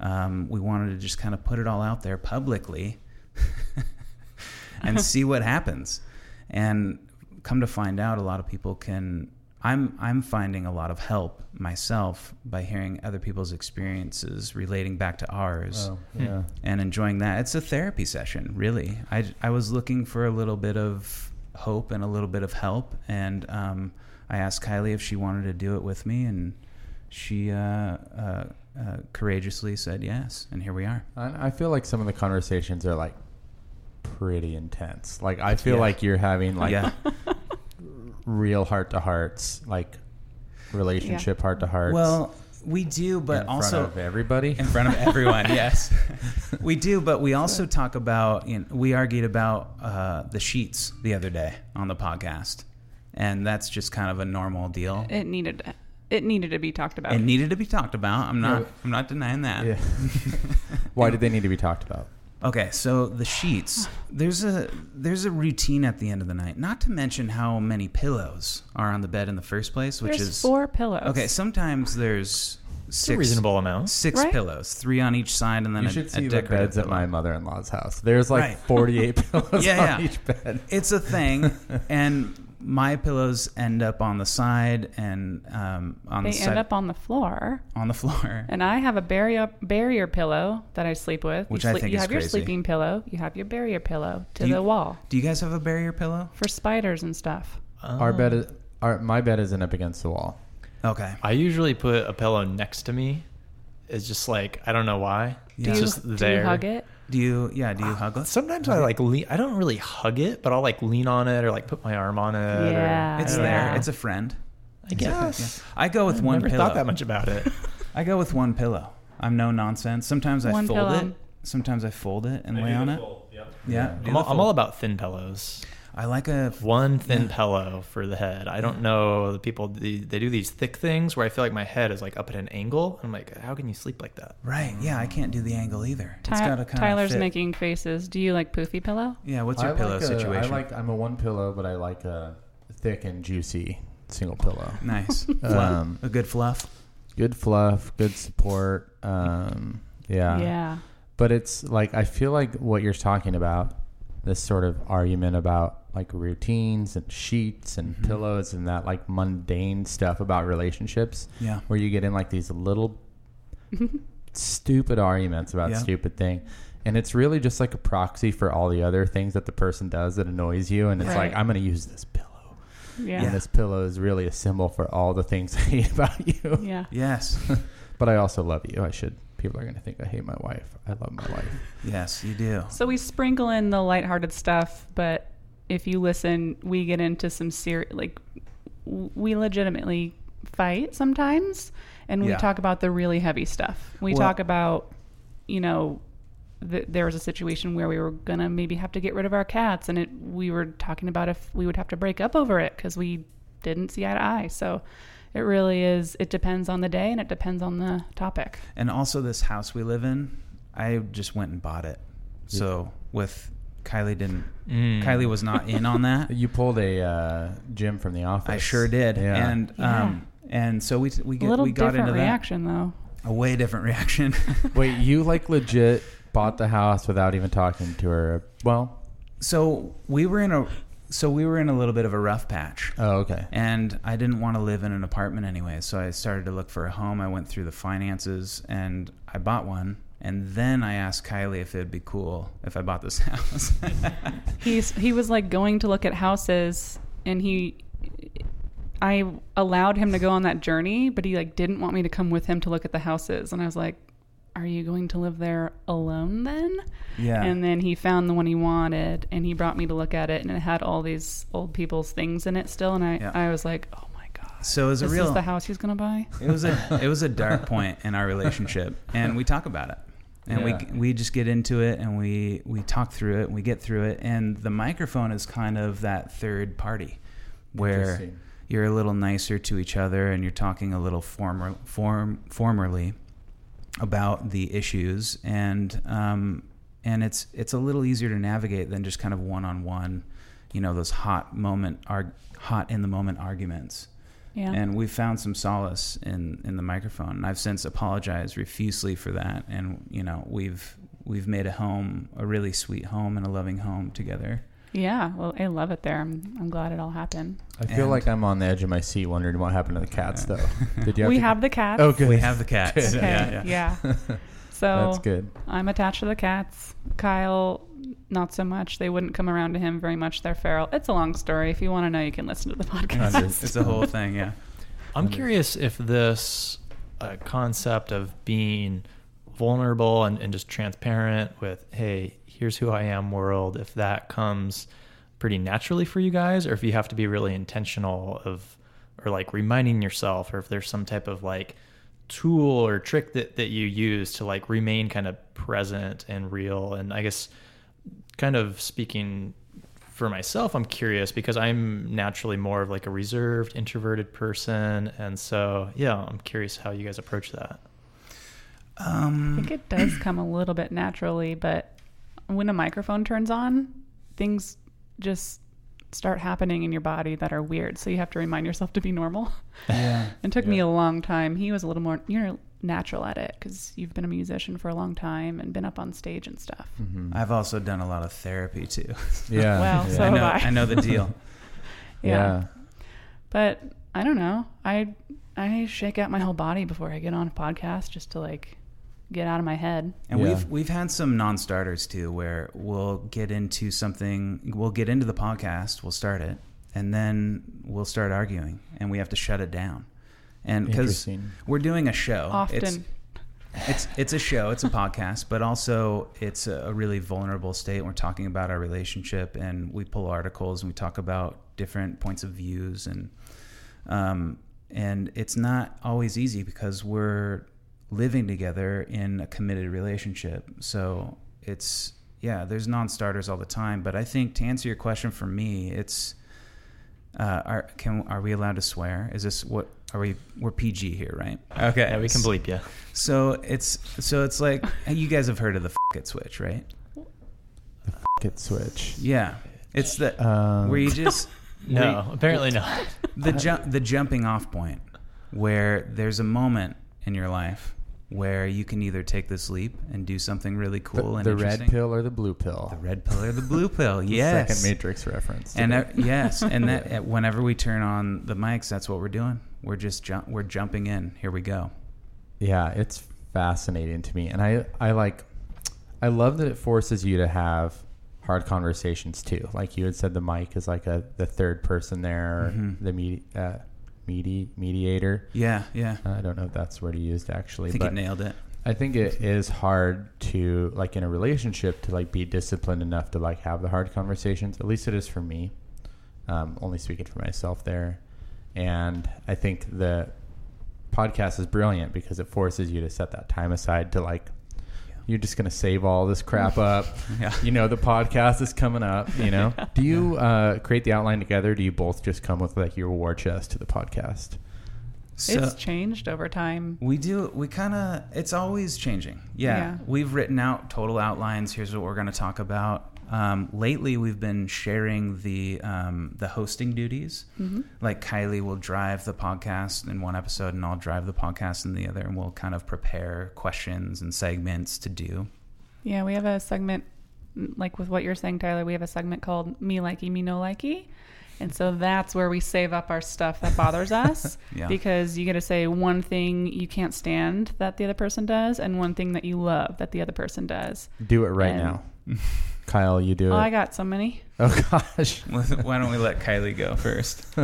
[SPEAKER 4] um, we wanted to just kind of put it all out there publicly, and see what happens. And come to find out, a lot of people can. I'm I'm finding a lot of help myself by hearing other people's experiences, relating back to ours,
[SPEAKER 1] Oh, yeah.
[SPEAKER 4] and enjoying that. It's a therapy session, really. I I was looking for a little bit of hope and a little bit of help, and um, I asked Kylie if she wanted to do it with me, and she uh, uh, uh, courageously said yes, and here we are.
[SPEAKER 1] And I feel like some of the conversations are like pretty intense. Like I feel
[SPEAKER 4] Yeah.
[SPEAKER 1] like you're having like
[SPEAKER 4] yeah.
[SPEAKER 1] real heart to hearts, like relationship heart to hearts.
[SPEAKER 4] Well, we do, but
[SPEAKER 1] in
[SPEAKER 4] also
[SPEAKER 1] front of everybody.
[SPEAKER 4] in front of everyone. yes, we do. But we also talk about. You know, we argued about uh, the sheets the other day on the podcast, and that's just kind of a normal deal. It,
[SPEAKER 5] It needed it needed to be talked about.
[SPEAKER 4] needed to be talked about. I'm not.
[SPEAKER 1] No.
[SPEAKER 4] I'm not denying that.
[SPEAKER 1] yeah. Why did they need to be talked about?
[SPEAKER 4] Okay, so the sheets. There's a there's a routine at the end of the night. Not to mention how many pillows are on the bed in the first place, which
[SPEAKER 5] There's
[SPEAKER 4] is
[SPEAKER 5] four pillows.
[SPEAKER 4] Okay, sometimes there's
[SPEAKER 3] It's
[SPEAKER 4] six
[SPEAKER 3] a reasonable amount.
[SPEAKER 4] six
[SPEAKER 5] Right?
[SPEAKER 4] pillows, three on each side, and then
[SPEAKER 1] You
[SPEAKER 4] a,
[SPEAKER 1] should
[SPEAKER 4] a
[SPEAKER 1] see the
[SPEAKER 4] decorative
[SPEAKER 1] beds at
[SPEAKER 4] pillow.
[SPEAKER 1] my mother-in-law's house. There's like
[SPEAKER 4] Right.
[SPEAKER 1] 48 pillows
[SPEAKER 4] Yeah,
[SPEAKER 1] on
[SPEAKER 4] yeah.
[SPEAKER 1] each bed.
[SPEAKER 4] It's a thing, and my pillows end up on the side and um, on
[SPEAKER 5] They
[SPEAKER 4] the
[SPEAKER 5] end
[SPEAKER 4] side
[SPEAKER 5] up on the floor.
[SPEAKER 4] on the floor.
[SPEAKER 5] And I have a barrier barrier pillow that I sleep with.
[SPEAKER 4] Which
[SPEAKER 5] you
[SPEAKER 4] I
[SPEAKER 5] sleep-
[SPEAKER 4] think
[SPEAKER 5] you
[SPEAKER 4] is
[SPEAKER 5] have your
[SPEAKER 4] crazy.
[SPEAKER 5] sleeping pillow. You have your barrier pillow to
[SPEAKER 4] Do you-
[SPEAKER 5] the wall
[SPEAKER 4] Do you guys have a barrier pillow?
[SPEAKER 5] for spiders and stuff.
[SPEAKER 1] Our bed is, our my bed isn't up against the wall.
[SPEAKER 4] Okay.
[SPEAKER 3] I usually put a pillow next to me. It's just like I don't know why.
[SPEAKER 4] Yeah.
[SPEAKER 3] It's
[SPEAKER 4] Do you-
[SPEAKER 3] just
[SPEAKER 5] do
[SPEAKER 3] there.
[SPEAKER 5] you hug it?
[SPEAKER 4] Do you? Yeah. Do you hug it?
[SPEAKER 3] Sometimes I like lean. I don't really hug it, but I'll like lean on it or like put my arm on it. or-
[SPEAKER 5] Yeah.
[SPEAKER 4] It's
[SPEAKER 3] I don't
[SPEAKER 4] there.
[SPEAKER 3] know.
[SPEAKER 4] It's a friend.
[SPEAKER 3] I guess.
[SPEAKER 4] I go with
[SPEAKER 3] I've
[SPEAKER 4] one
[SPEAKER 3] never
[SPEAKER 4] pillow.
[SPEAKER 3] thought that much about it.
[SPEAKER 4] I go with one pillow. I'm no nonsense. Sometimes I
[SPEAKER 5] One
[SPEAKER 4] fold
[SPEAKER 5] pillow.
[SPEAKER 4] it. Sometimes I fold it and lay on it. Yeah. do
[SPEAKER 3] I'm
[SPEAKER 4] the
[SPEAKER 3] all, I'm
[SPEAKER 4] fold.
[SPEAKER 3] all about thin pillows.
[SPEAKER 4] I like a.
[SPEAKER 3] One thin pillow for the head. I don't know the people. They, they do these thick things where I feel like my head is like up at an angle. I'm like, how can you sleep like that?
[SPEAKER 4] Right. Yeah. I can't do the angle either. it's
[SPEAKER 5] Ty-
[SPEAKER 4] got to kind
[SPEAKER 5] Tyler's
[SPEAKER 4] of fit.
[SPEAKER 5] making faces. Do you like poofy pillow?
[SPEAKER 4] Yeah. What's your
[SPEAKER 1] I
[SPEAKER 4] pillow
[SPEAKER 1] like a-
[SPEAKER 4] situation?
[SPEAKER 1] I like I'm a one pillow, but I like a thick and juicy single pillow.
[SPEAKER 4] nice. Fluff.
[SPEAKER 1] Um,
[SPEAKER 4] a good fluff.
[SPEAKER 1] Good fluff, good support. Um,
[SPEAKER 3] Uh,
[SPEAKER 1] yeah.
[SPEAKER 5] yeah.
[SPEAKER 1] But it's like I feel like what you're talking about, this sort of argument about like routines and sheets and
[SPEAKER 4] Mm-hmm.
[SPEAKER 1] pillows and that like mundane stuff about relationships,
[SPEAKER 4] Yeah.
[SPEAKER 1] where you get in like these little stupid arguments about
[SPEAKER 4] Yeah.
[SPEAKER 1] stupid thing. And it's really just like a proxy for all the other things that the person does that annoys you. And it's
[SPEAKER 5] Right.
[SPEAKER 1] like, I'm going to use this pillow.
[SPEAKER 5] Yeah.
[SPEAKER 1] And
[SPEAKER 5] Yeah.
[SPEAKER 1] this pillow is really a symbol for all the things I hate about you.
[SPEAKER 4] Yes.
[SPEAKER 1] But I also love you. I should. People are going to think I hate my wife. I love my wife.
[SPEAKER 4] yes. You do.
[SPEAKER 5] So we sprinkle in the lighthearted stuff, but if you listen, we get into some serious, like, w- we legitimately fight sometimes, and we
[SPEAKER 4] Yeah.
[SPEAKER 5] talk about the really heavy stuff. We
[SPEAKER 4] Well-
[SPEAKER 5] talk about, you know, th- there was a situation where we were gonna maybe have to get rid of our cats, and it we were talking about if we would have to break up over it because we didn't see eye to eye. So it really is. It depends on the day, and it depends on the topic.
[SPEAKER 4] And also, this house we live in, I just went and bought it. So with Kylie didn't.
[SPEAKER 5] Mm.
[SPEAKER 4] Kylie was not in on that.
[SPEAKER 1] You pulled a uh, Jim from the office.
[SPEAKER 4] I sure did.
[SPEAKER 1] Yeah.
[SPEAKER 4] And um, and so we we
[SPEAKER 5] A
[SPEAKER 4] get,
[SPEAKER 5] little
[SPEAKER 4] we got
[SPEAKER 5] different
[SPEAKER 4] into
[SPEAKER 5] reaction though.
[SPEAKER 4] that. A way different reaction.
[SPEAKER 1] Wait, you like legit bought the house without even talking to her? Well,
[SPEAKER 4] so we were in a so we were in a little bit of a rough patch.
[SPEAKER 1] oh, okay.
[SPEAKER 4] And I didn't want to live in an apartment anyway, so I started to look for a home. I went through the finances and I bought one. And then I asked Kylie if it'd be cool if I bought this house.
[SPEAKER 5] He's he was like going to look at houses and he I allowed him to go on that journey, but he like didn't want me to come with him to look at the houses and I was like, "Are you going to live there alone then?"
[SPEAKER 4] yeah.
[SPEAKER 5] And then he found the one he wanted and he brought me to look at it and it had all these old people's things in it still and I
[SPEAKER 4] Yeah.
[SPEAKER 5] I was like, "Oh my god.
[SPEAKER 4] so it was a
[SPEAKER 5] This
[SPEAKER 4] real
[SPEAKER 5] is the house he's going to buy?"
[SPEAKER 4] it was a it was a dark point in our relationship and we talk about it and
[SPEAKER 1] Yeah.
[SPEAKER 4] we we just get into it and we we talk through it and we get through it and the microphone is kind of that third party where
[SPEAKER 1] Interesting.
[SPEAKER 4] you're a little nicer to each other and you're talking a little former form formerly about the issues and um and it's it's a little easier to navigate than just kind of one on one you know those hot moment arg- hot in the moment arguments
[SPEAKER 5] Yeah.
[SPEAKER 4] and we found some solace in in the microphone and i've since apologized profusely for that and you know we've we've made a home a really sweet home and a loving home together
[SPEAKER 5] yeah. Well, I love it there. I'm, I'm glad it all happened.
[SPEAKER 1] I feel
[SPEAKER 4] And-
[SPEAKER 1] like I'm on the edge of my seat wondering what happened to the cats, though. Did you have
[SPEAKER 5] we
[SPEAKER 1] to-
[SPEAKER 5] have the Oh. cats.
[SPEAKER 1] Oh, good.
[SPEAKER 4] we have the cats
[SPEAKER 1] Good.
[SPEAKER 5] Okay.
[SPEAKER 4] yeah,
[SPEAKER 5] Yeah.
[SPEAKER 4] yeah.
[SPEAKER 5] So
[SPEAKER 1] That's good.
[SPEAKER 5] I'm attached to the cats. Kyle, not so much. They wouldn't come around to him very much. They're feral. It's a long story. If you want to know, you can listen to the podcast.
[SPEAKER 1] Under-
[SPEAKER 4] it's a whole thing yeah
[SPEAKER 3] I'm curious if this uh, concept of being vulnerable and, and just transparent with, hey, here's who I am, world, if that comes pretty naturally for you guys, or if you have to be really intentional of, or like reminding yourself, or if there's some type of like tool or trick that, that you use to like remain kind of present and real. And I guess kind of speaking for myself, I'm curious because I'm naturally more of like a reserved, introverted person, and so yeah, I'm curious how you guys approach that.
[SPEAKER 5] I think it does come a little bit naturally, but when a microphone turns on, things just start happening in your body that are weird. So you have to remind yourself to be normal.
[SPEAKER 4] yeah
[SPEAKER 5] It took me a long time. He was a little more, you're natural at it because you've been a musician for a long time and been up on stage and stuff.
[SPEAKER 4] Hmm.
[SPEAKER 1] Mm.
[SPEAKER 4] i've also done a lot of therapy too
[SPEAKER 1] Yeah. yeah.
[SPEAKER 5] Well, so-
[SPEAKER 4] i know
[SPEAKER 5] have I.
[SPEAKER 4] i know the deal
[SPEAKER 1] yeah.
[SPEAKER 5] but I don't know. I I shake out my whole body before I get on a podcast just to like get out of my head.
[SPEAKER 4] And
[SPEAKER 1] Yeah.
[SPEAKER 4] we've we've had some non-starters too, where we'll get into something, we'll get into the podcast, we'll start it, and then we'll start arguing, and we have to shut it down. And because
[SPEAKER 1] Interesting.
[SPEAKER 4] we're doing a show,
[SPEAKER 5] Often.
[SPEAKER 4] it's It's it's a show, it's a podcast, but also it's a, a really vulnerable state. We're talking about our relationship, and we pull articles and we talk about different points of views, and um, and it's not always easy because we're living together in a committed relationship. So it's yeah, there's non-starters all the time. But I think to answer your question for me, it's uh, are can are we allowed to swear? Is this what are we? We're PG here, right? Okay,
[SPEAKER 3] Yeah, we can bleep you.
[SPEAKER 4] So it's so it's like you guys have heard of the f- it switch, right?
[SPEAKER 1] Get switch.
[SPEAKER 4] Yeah, it's the
[SPEAKER 1] Um,
[SPEAKER 4] where you just
[SPEAKER 3] No, apparently not.
[SPEAKER 4] the ju- the jumping off point where there's a moment in your life where you can either take this leap and do something really
[SPEAKER 1] the,
[SPEAKER 4] cool and
[SPEAKER 1] the
[SPEAKER 4] interesting.
[SPEAKER 1] red pill or the blue pill?
[SPEAKER 4] the red pill or the blue pill. Yes,
[SPEAKER 1] Second Matrix reference.
[SPEAKER 4] and
[SPEAKER 1] today.
[SPEAKER 4] that, yes, and that uh, whenever we turn on the mics, that's what we're doing. We're just jump. We're jumping in. Here we go.
[SPEAKER 1] Yeah, it's fascinating to me, and I I like I love that it forces you to have hard conversations too. Like you had said, the mic is like a the third person there, or
[SPEAKER 4] Mhm.
[SPEAKER 1] the medi- uh, medi- mediator.
[SPEAKER 4] Yeah, yeah.
[SPEAKER 1] I don't know if that's the word he used actually,
[SPEAKER 4] I think you
[SPEAKER 1] Uh, but
[SPEAKER 4] nailed it.
[SPEAKER 1] I think it is hard to like in a relationship to like be disciplined enough to like have the hard conversations. At least it is for me. Um, only speaking for myself there, and I think the podcast is brilliant because it forces you to set that time aside to like you're just gonna save all this crap up.
[SPEAKER 4] Yeah.
[SPEAKER 1] You know the podcast is coming up. You know, do you uh, create the outline together? Do you both just come with like your war chest to the podcast?
[SPEAKER 4] So-
[SPEAKER 5] it's changed over time.
[SPEAKER 4] We do. We kind of. It's always changing. Yeah.
[SPEAKER 5] Yeah.
[SPEAKER 4] We've written out total outlines. Here's what we're going to talk about. Um, lately, we've been sharing the um, the hosting duties.
[SPEAKER 5] Mm-hmm.
[SPEAKER 4] Like Kylie will drive the podcast in one episode, and I'll drive the podcast in the other, and we'll kind of prepare questions and segments to do.
[SPEAKER 5] Yeah, we have a segment m- like with what you're saying, Tyler. We have a segment called "Me Likey, Me No Likey," and so that's where we save up our stuff that bothers us
[SPEAKER 4] Yeah.
[SPEAKER 5] because you get to say one thing you can't stand that the other person does, and one thing that you love that the other person does.
[SPEAKER 1] Do it right
[SPEAKER 5] And-
[SPEAKER 1] now, Kyle. You do
[SPEAKER 5] Oh,
[SPEAKER 1] it.
[SPEAKER 5] I got so many.
[SPEAKER 1] oh gosh.
[SPEAKER 4] Why don't we let Kylie go first?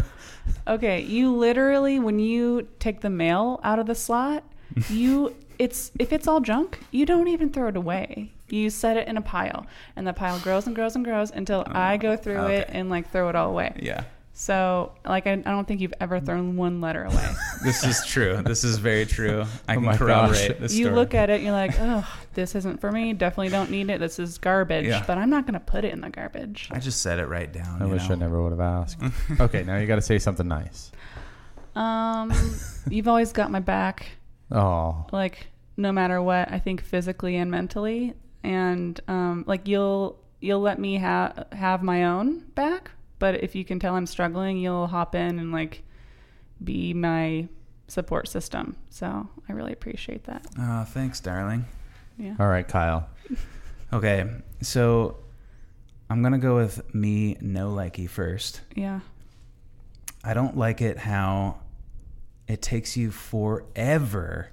[SPEAKER 5] Okay, you literally when you take the mail out of the slot, you it's if it's all junk, you don't even throw it away. You set it in a pile, and the pile grows and grows and grows until I go through
[SPEAKER 4] Oh,
[SPEAKER 5] it
[SPEAKER 4] okay.
[SPEAKER 5] and like throw it all away.
[SPEAKER 4] Yeah.
[SPEAKER 5] So, like, I, I don't think you've ever thrown one letter away.
[SPEAKER 4] This is true. This is very true.
[SPEAKER 1] Oh
[SPEAKER 4] I can
[SPEAKER 1] my gosh.
[SPEAKER 4] corroborate this
[SPEAKER 5] you
[SPEAKER 4] story.
[SPEAKER 5] look at it, you're like, oh, this isn't for me. Definitely don't need it. This is garbage.
[SPEAKER 4] Yeah.
[SPEAKER 5] But I'm not going to put it in the garbage.
[SPEAKER 4] I just set it right down.
[SPEAKER 1] I
[SPEAKER 4] you
[SPEAKER 1] wish
[SPEAKER 4] know?
[SPEAKER 1] I never would have asked. okay, now you got to say something nice.
[SPEAKER 5] Um, you've always got my back,
[SPEAKER 1] Oh,
[SPEAKER 5] like, no matter what. I think physically and mentally, and um, like you'll you'll let me have have my own back. But if you can tell I'm struggling, you'll hop in and like be my support system. So I really appreciate that.
[SPEAKER 4] Oh, thanks, darling.
[SPEAKER 5] Yeah.
[SPEAKER 1] all right, Kyle.
[SPEAKER 4] Okay, so I'm gonna go with me no likey first.
[SPEAKER 5] Yeah.
[SPEAKER 4] I don't like it how it takes you forever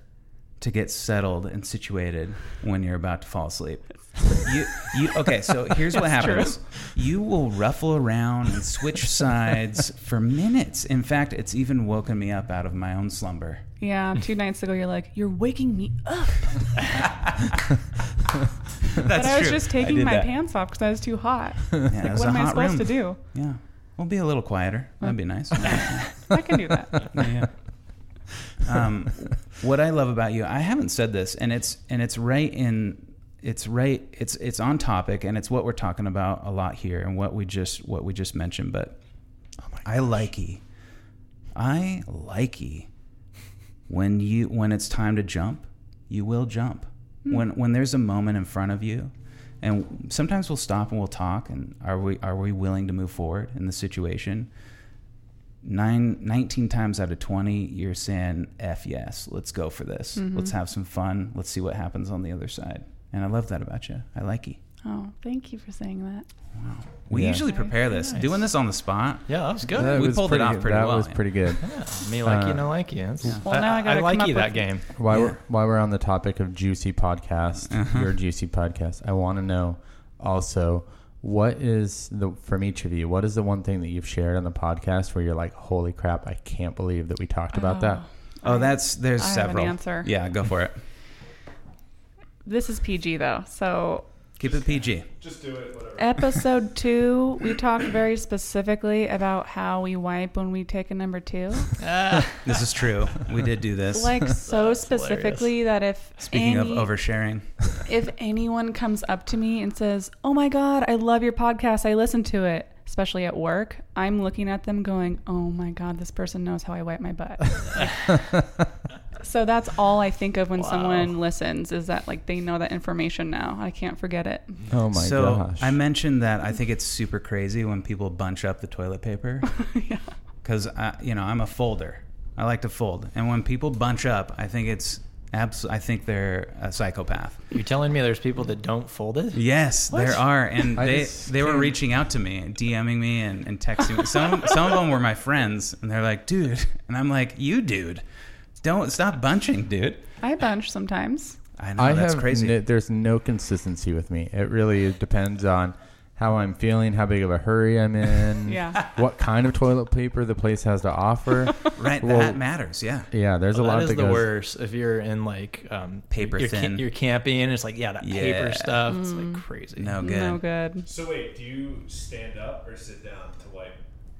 [SPEAKER 4] to get settled and situated when you're about to fall asleep. You, you okay? So here's what
[SPEAKER 5] That's true.
[SPEAKER 4] happens: you will ruffle around and switch sides for minutes. In fact, it's even woken me up out of my own slumber.
[SPEAKER 5] Yeah, two nights ago, you're like, you're waking me up. but
[SPEAKER 4] That's
[SPEAKER 5] I was just taking
[SPEAKER 4] did
[SPEAKER 5] my
[SPEAKER 4] that.
[SPEAKER 5] pants off because I was too hot.
[SPEAKER 4] Yeah, it
[SPEAKER 5] like,
[SPEAKER 4] was
[SPEAKER 5] what
[SPEAKER 4] a
[SPEAKER 5] am I
[SPEAKER 4] hot
[SPEAKER 5] supposed
[SPEAKER 4] room.
[SPEAKER 5] to do?
[SPEAKER 4] Yeah, we'll be a little quieter. That'd be nice.
[SPEAKER 5] I can do that.
[SPEAKER 4] yeah. Um, what I love about you, I haven't said this, and it's and it's right in it's right it's it's on topic, and it's what we're talking about a lot here, and what we just what we just mentioned. But I likey, I likey. When you when it's time to jump, you will jump. When when there's a moment in front of you, and sometimes we'll stop and we'll talk, and are we are we willing to move forward in the situation? nine, 19 times out of 20, you're saying, F yes, let's go for this.
[SPEAKER 5] Mm-hmm.
[SPEAKER 4] Let's have some fun. Let's see what happens on the other side. And I love that about you. I like you.
[SPEAKER 5] Oh, thank you for saying that.
[SPEAKER 4] We
[SPEAKER 1] Yeah.
[SPEAKER 4] usually prepare this.
[SPEAKER 3] Nice.
[SPEAKER 4] Doing this on the spot.
[SPEAKER 3] Yeah, that was good.
[SPEAKER 1] That
[SPEAKER 4] we
[SPEAKER 1] was
[SPEAKER 4] pulled it off pretty
[SPEAKER 1] That
[SPEAKER 4] well,
[SPEAKER 1] was
[SPEAKER 4] yeah.
[SPEAKER 1] pretty good.
[SPEAKER 3] Yeah, me like you,
[SPEAKER 1] Uh,
[SPEAKER 3] no like you. That's-
[SPEAKER 5] Well, now I gotta
[SPEAKER 3] like
[SPEAKER 5] come
[SPEAKER 3] you
[SPEAKER 5] up
[SPEAKER 3] that
[SPEAKER 5] with-
[SPEAKER 3] game.
[SPEAKER 1] While
[SPEAKER 4] Yeah. Uh-huh.
[SPEAKER 1] we're while we're on the topic of juicy podcast, your juicy podcast, I want to know also what is the from each of you. What is the one thing that you've shared on the podcast where you're like, "Holy crap! I can't believe that we talked about that."
[SPEAKER 4] Oh, that's, there's
[SPEAKER 5] I have an
[SPEAKER 4] several.
[SPEAKER 5] answer.
[SPEAKER 4] Yeah, go for it.
[SPEAKER 5] This is PG though. So,
[SPEAKER 4] Keep it PG.
[SPEAKER 2] Just do it. Whatever.
[SPEAKER 5] episode two, we talked very specifically about how we wipe when we take a number two.
[SPEAKER 4] This is true. We did do this.
[SPEAKER 5] Like, so
[SPEAKER 3] That's hilarious.
[SPEAKER 5] specifically that if
[SPEAKER 4] Speaking
[SPEAKER 5] any-
[SPEAKER 4] of oversharing,
[SPEAKER 5] if anyone comes up to me and says, "Oh my god, I love your podcast. I listen to it." Especially at work, I'm looking at them going, "Oh my god, this person knows how I wipe my butt." so that's all I think of when
[SPEAKER 3] Wow.
[SPEAKER 5] someone listens is that like they know that information now. I can't forget it.
[SPEAKER 1] Oh my
[SPEAKER 4] so
[SPEAKER 1] gosh.
[SPEAKER 4] I mentioned that I think it's super crazy when people bunch up the toilet paper
[SPEAKER 5] yeah.
[SPEAKER 4] because you know I'm a folder. I like to fold, and when people bunch up, I think it's abs- I think they're a psychopath.
[SPEAKER 3] You're telling me there's people that don't fold it?
[SPEAKER 4] Yes, there are, and
[SPEAKER 1] I
[SPEAKER 4] they
[SPEAKER 1] just
[SPEAKER 4] they were
[SPEAKER 1] can't-
[SPEAKER 4] reaching out to me, DMing me, and, and texting me. Some some of them were my friends, and they're like, "Dude," and I'm like, "You, dude, don't stop bunching, dude."
[SPEAKER 5] I bunch sometimes.
[SPEAKER 4] I know
[SPEAKER 1] I
[SPEAKER 4] that's
[SPEAKER 1] have
[SPEAKER 4] crazy.
[SPEAKER 1] no- there's no consistency with me. It really depends on how I'm feeling, how big of a hurry I'm in,
[SPEAKER 5] Yeah.
[SPEAKER 1] what kind of toilet paper the place has to offer.
[SPEAKER 4] right,
[SPEAKER 1] Well-
[SPEAKER 4] that matters. Yeah,
[SPEAKER 1] yeah, there's a
[SPEAKER 3] Well,
[SPEAKER 1] lot
[SPEAKER 3] that is
[SPEAKER 1] that
[SPEAKER 3] the
[SPEAKER 1] goes-
[SPEAKER 3] worst. If you're in like um,
[SPEAKER 4] Paper
[SPEAKER 3] you're, ca-
[SPEAKER 4] thin.
[SPEAKER 3] you're camping, and it's like yeah, that
[SPEAKER 4] Yeah.
[SPEAKER 3] paper stuff. It's
[SPEAKER 5] Mm.
[SPEAKER 3] like crazy.
[SPEAKER 4] no good.
[SPEAKER 5] No good.
[SPEAKER 2] So wait, do you stand up or sit down to wipe?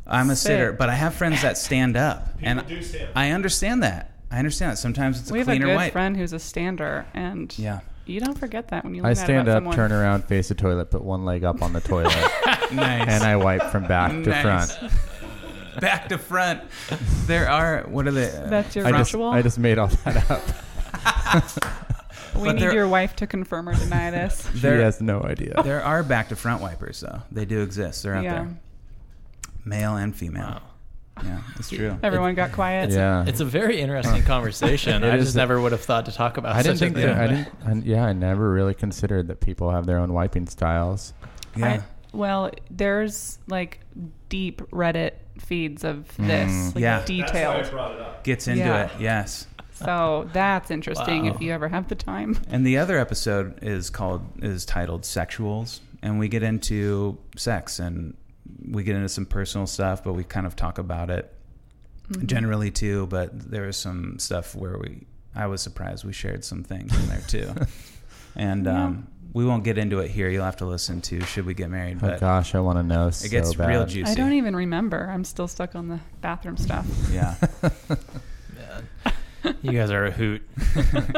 [SPEAKER 4] I'm a
[SPEAKER 5] Sit.
[SPEAKER 4] sitter, but I have friends that stand up,
[SPEAKER 2] People
[SPEAKER 4] and
[SPEAKER 2] do stand.
[SPEAKER 4] I understand that. I understand that sometimes it's a
[SPEAKER 5] We have a
[SPEAKER 4] cleaner
[SPEAKER 5] good
[SPEAKER 4] wipe.
[SPEAKER 5] friend who's a stander, and
[SPEAKER 4] Yeah,
[SPEAKER 5] you don't forget that when you learn
[SPEAKER 1] I
[SPEAKER 5] that
[SPEAKER 1] stand
[SPEAKER 5] about
[SPEAKER 1] up,
[SPEAKER 5] someone.
[SPEAKER 1] turn around, face the toilet, put one leg up on the toilet,
[SPEAKER 4] nice.
[SPEAKER 1] and I wipe from back to
[SPEAKER 4] Nice.
[SPEAKER 1] front.
[SPEAKER 4] Back to front. There are what are they?
[SPEAKER 5] That's your
[SPEAKER 1] I just,
[SPEAKER 5] ritual.
[SPEAKER 1] I just made all that up.
[SPEAKER 5] we
[SPEAKER 4] But
[SPEAKER 5] need
[SPEAKER 4] there-
[SPEAKER 5] your wife to confirm or deny this.
[SPEAKER 1] She
[SPEAKER 4] There-
[SPEAKER 1] has no idea.
[SPEAKER 4] There are back to front wipers though. They do exist. They're out
[SPEAKER 5] yeah.
[SPEAKER 4] there, male and female.
[SPEAKER 3] Wow.
[SPEAKER 4] Yeah, it's true.
[SPEAKER 5] Everyone got quiet.
[SPEAKER 1] yeah.
[SPEAKER 3] It's a very interesting conversation.
[SPEAKER 1] It
[SPEAKER 3] I
[SPEAKER 1] is
[SPEAKER 3] just
[SPEAKER 1] a-
[SPEAKER 3] never would have thought to talk about.
[SPEAKER 1] I didn't
[SPEAKER 3] such a
[SPEAKER 1] think that. I
[SPEAKER 3] thing.
[SPEAKER 1] didn't. I, yeah, I never really considered that people have their own wiping styles.
[SPEAKER 4] Yeah.
[SPEAKER 5] I, well, there's like deep Reddit feeds of this, like
[SPEAKER 4] Yeah. That's
[SPEAKER 5] detailed.
[SPEAKER 2] brought it up.
[SPEAKER 4] Gets into
[SPEAKER 5] Yeah.
[SPEAKER 4] it, yes.
[SPEAKER 5] so that's interesting
[SPEAKER 3] Wow.
[SPEAKER 5] if you ever have the time.
[SPEAKER 4] And the other episode is called is titled Sexuals, and we get into sex and we get into some personal stuff, but we kind of talk about it
[SPEAKER 5] Mm-hmm.
[SPEAKER 4] generally too. But there was some stuff where we I was surprised we shared some things in there too, and um, we won't get into it here. You'll have to listen to Should We Get Married,
[SPEAKER 1] Oh
[SPEAKER 4] but
[SPEAKER 1] gosh, I want to know.
[SPEAKER 4] it gets
[SPEAKER 1] so bad.
[SPEAKER 4] real juicy.
[SPEAKER 5] I don't even remember. I'm still stuck on the bathroom stuff.
[SPEAKER 4] yeah.
[SPEAKER 3] Man. You guys are a hoot.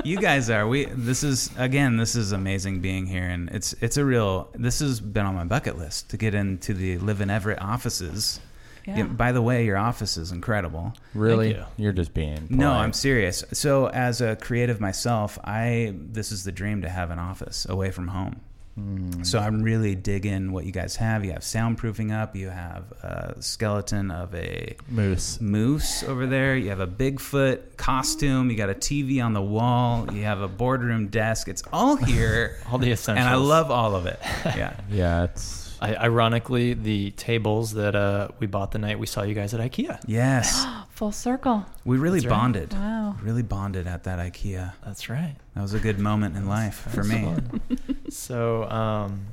[SPEAKER 4] you guys are we this is again this is amazing being here and it's it's a real this has been on my bucket list to get into the live in everett offices
[SPEAKER 5] Yeah.
[SPEAKER 4] Yeah, by the way your office is incredible
[SPEAKER 1] Really,
[SPEAKER 3] Thank
[SPEAKER 1] you. are just being.
[SPEAKER 4] no
[SPEAKER 1] polite.
[SPEAKER 4] i'm serious so as a creative myself i this is the dream to have an office away from home
[SPEAKER 3] Hmm.
[SPEAKER 4] so i'm really digging what you guys have you have soundproofing up you have a skeleton of a
[SPEAKER 1] moose.
[SPEAKER 4] moose over there. You have a Bigfoot costume. You got a TV on the wall. You have a boardroom desk. It's all here.
[SPEAKER 3] All the
[SPEAKER 4] and
[SPEAKER 3] essentials.
[SPEAKER 4] I love all of it. Yeah.
[SPEAKER 1] Yeah, it's
[SPEAKER 3] I, ironically, the tables that uh, we bought the night we saw you guys at IKEA.
[SPEAKER 4] Yes.
[SPEAKER 5] Full circle.
[SPEAKER 4] We really
[SPEAKER 3] That's right.
[SPEAKER 4] bonded.
[SPEAKER 5] Wow.
[SPEAKER 4] Really bonded at that IKEA.
[SPEAKER 3] That's right.
[SPEAKER 4] That was a good moment in life for me.
[SPEAKER 3] So, um,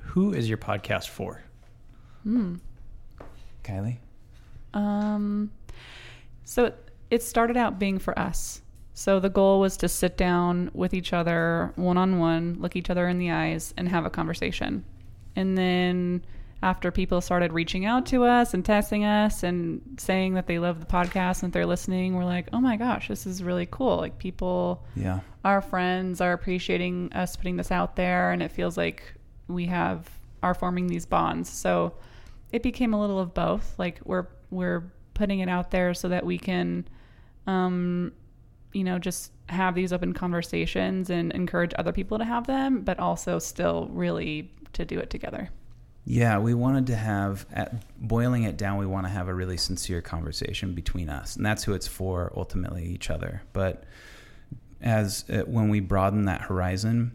[SPEAKER 3] who is your podcast for?
[SPEAKER 4] Kylie?
[SPEAKER 5] Um, so it, it started out being for us. So the goal was to sit down with each other one on one, look each other in the eyes, and have a conversation. And then after people started reaching out to us and testing us and saying that they love the podcast and that they're listening, we're like, oh my gosh, this is really cool. Like people
[SPEAKER 4] Yeah.
[SPEAKER 5] our friends are appreciating us putting this out there and it feels like we have are forming these bonds so it became a little of both like we're we're putting it out there so that we can um you know just have these open conversations and encourage other people to have them but also still really to do it together
[SPEAKER 4] Yeah, we wanted to have, at boiling it down, we want to have a really sincere conversation between us. And that's who it's for, ultimately, each other. But as uh, when we broaden that horizon,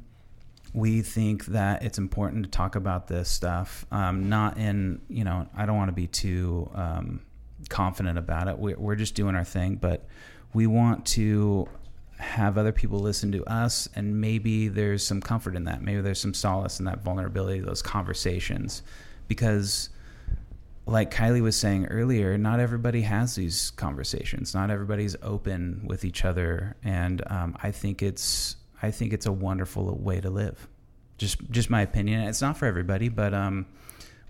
[SPEAKER 4] we think that it's important to talk about this stuff. Um, not in, you know, I don't want to be too um, confident about it. We're, we're just doing our thing, but we want to have other people listen to us, and maybe there's some comfort in that. Maybe there's some solace in that vulnerability, those conversations, because like Kylie was saying earlier, not everybody has these conversations. Not everybody's open with each other, and um, I think it's I think it's a wonderful way to live. Just just my opinion. It's not for everybody, but um,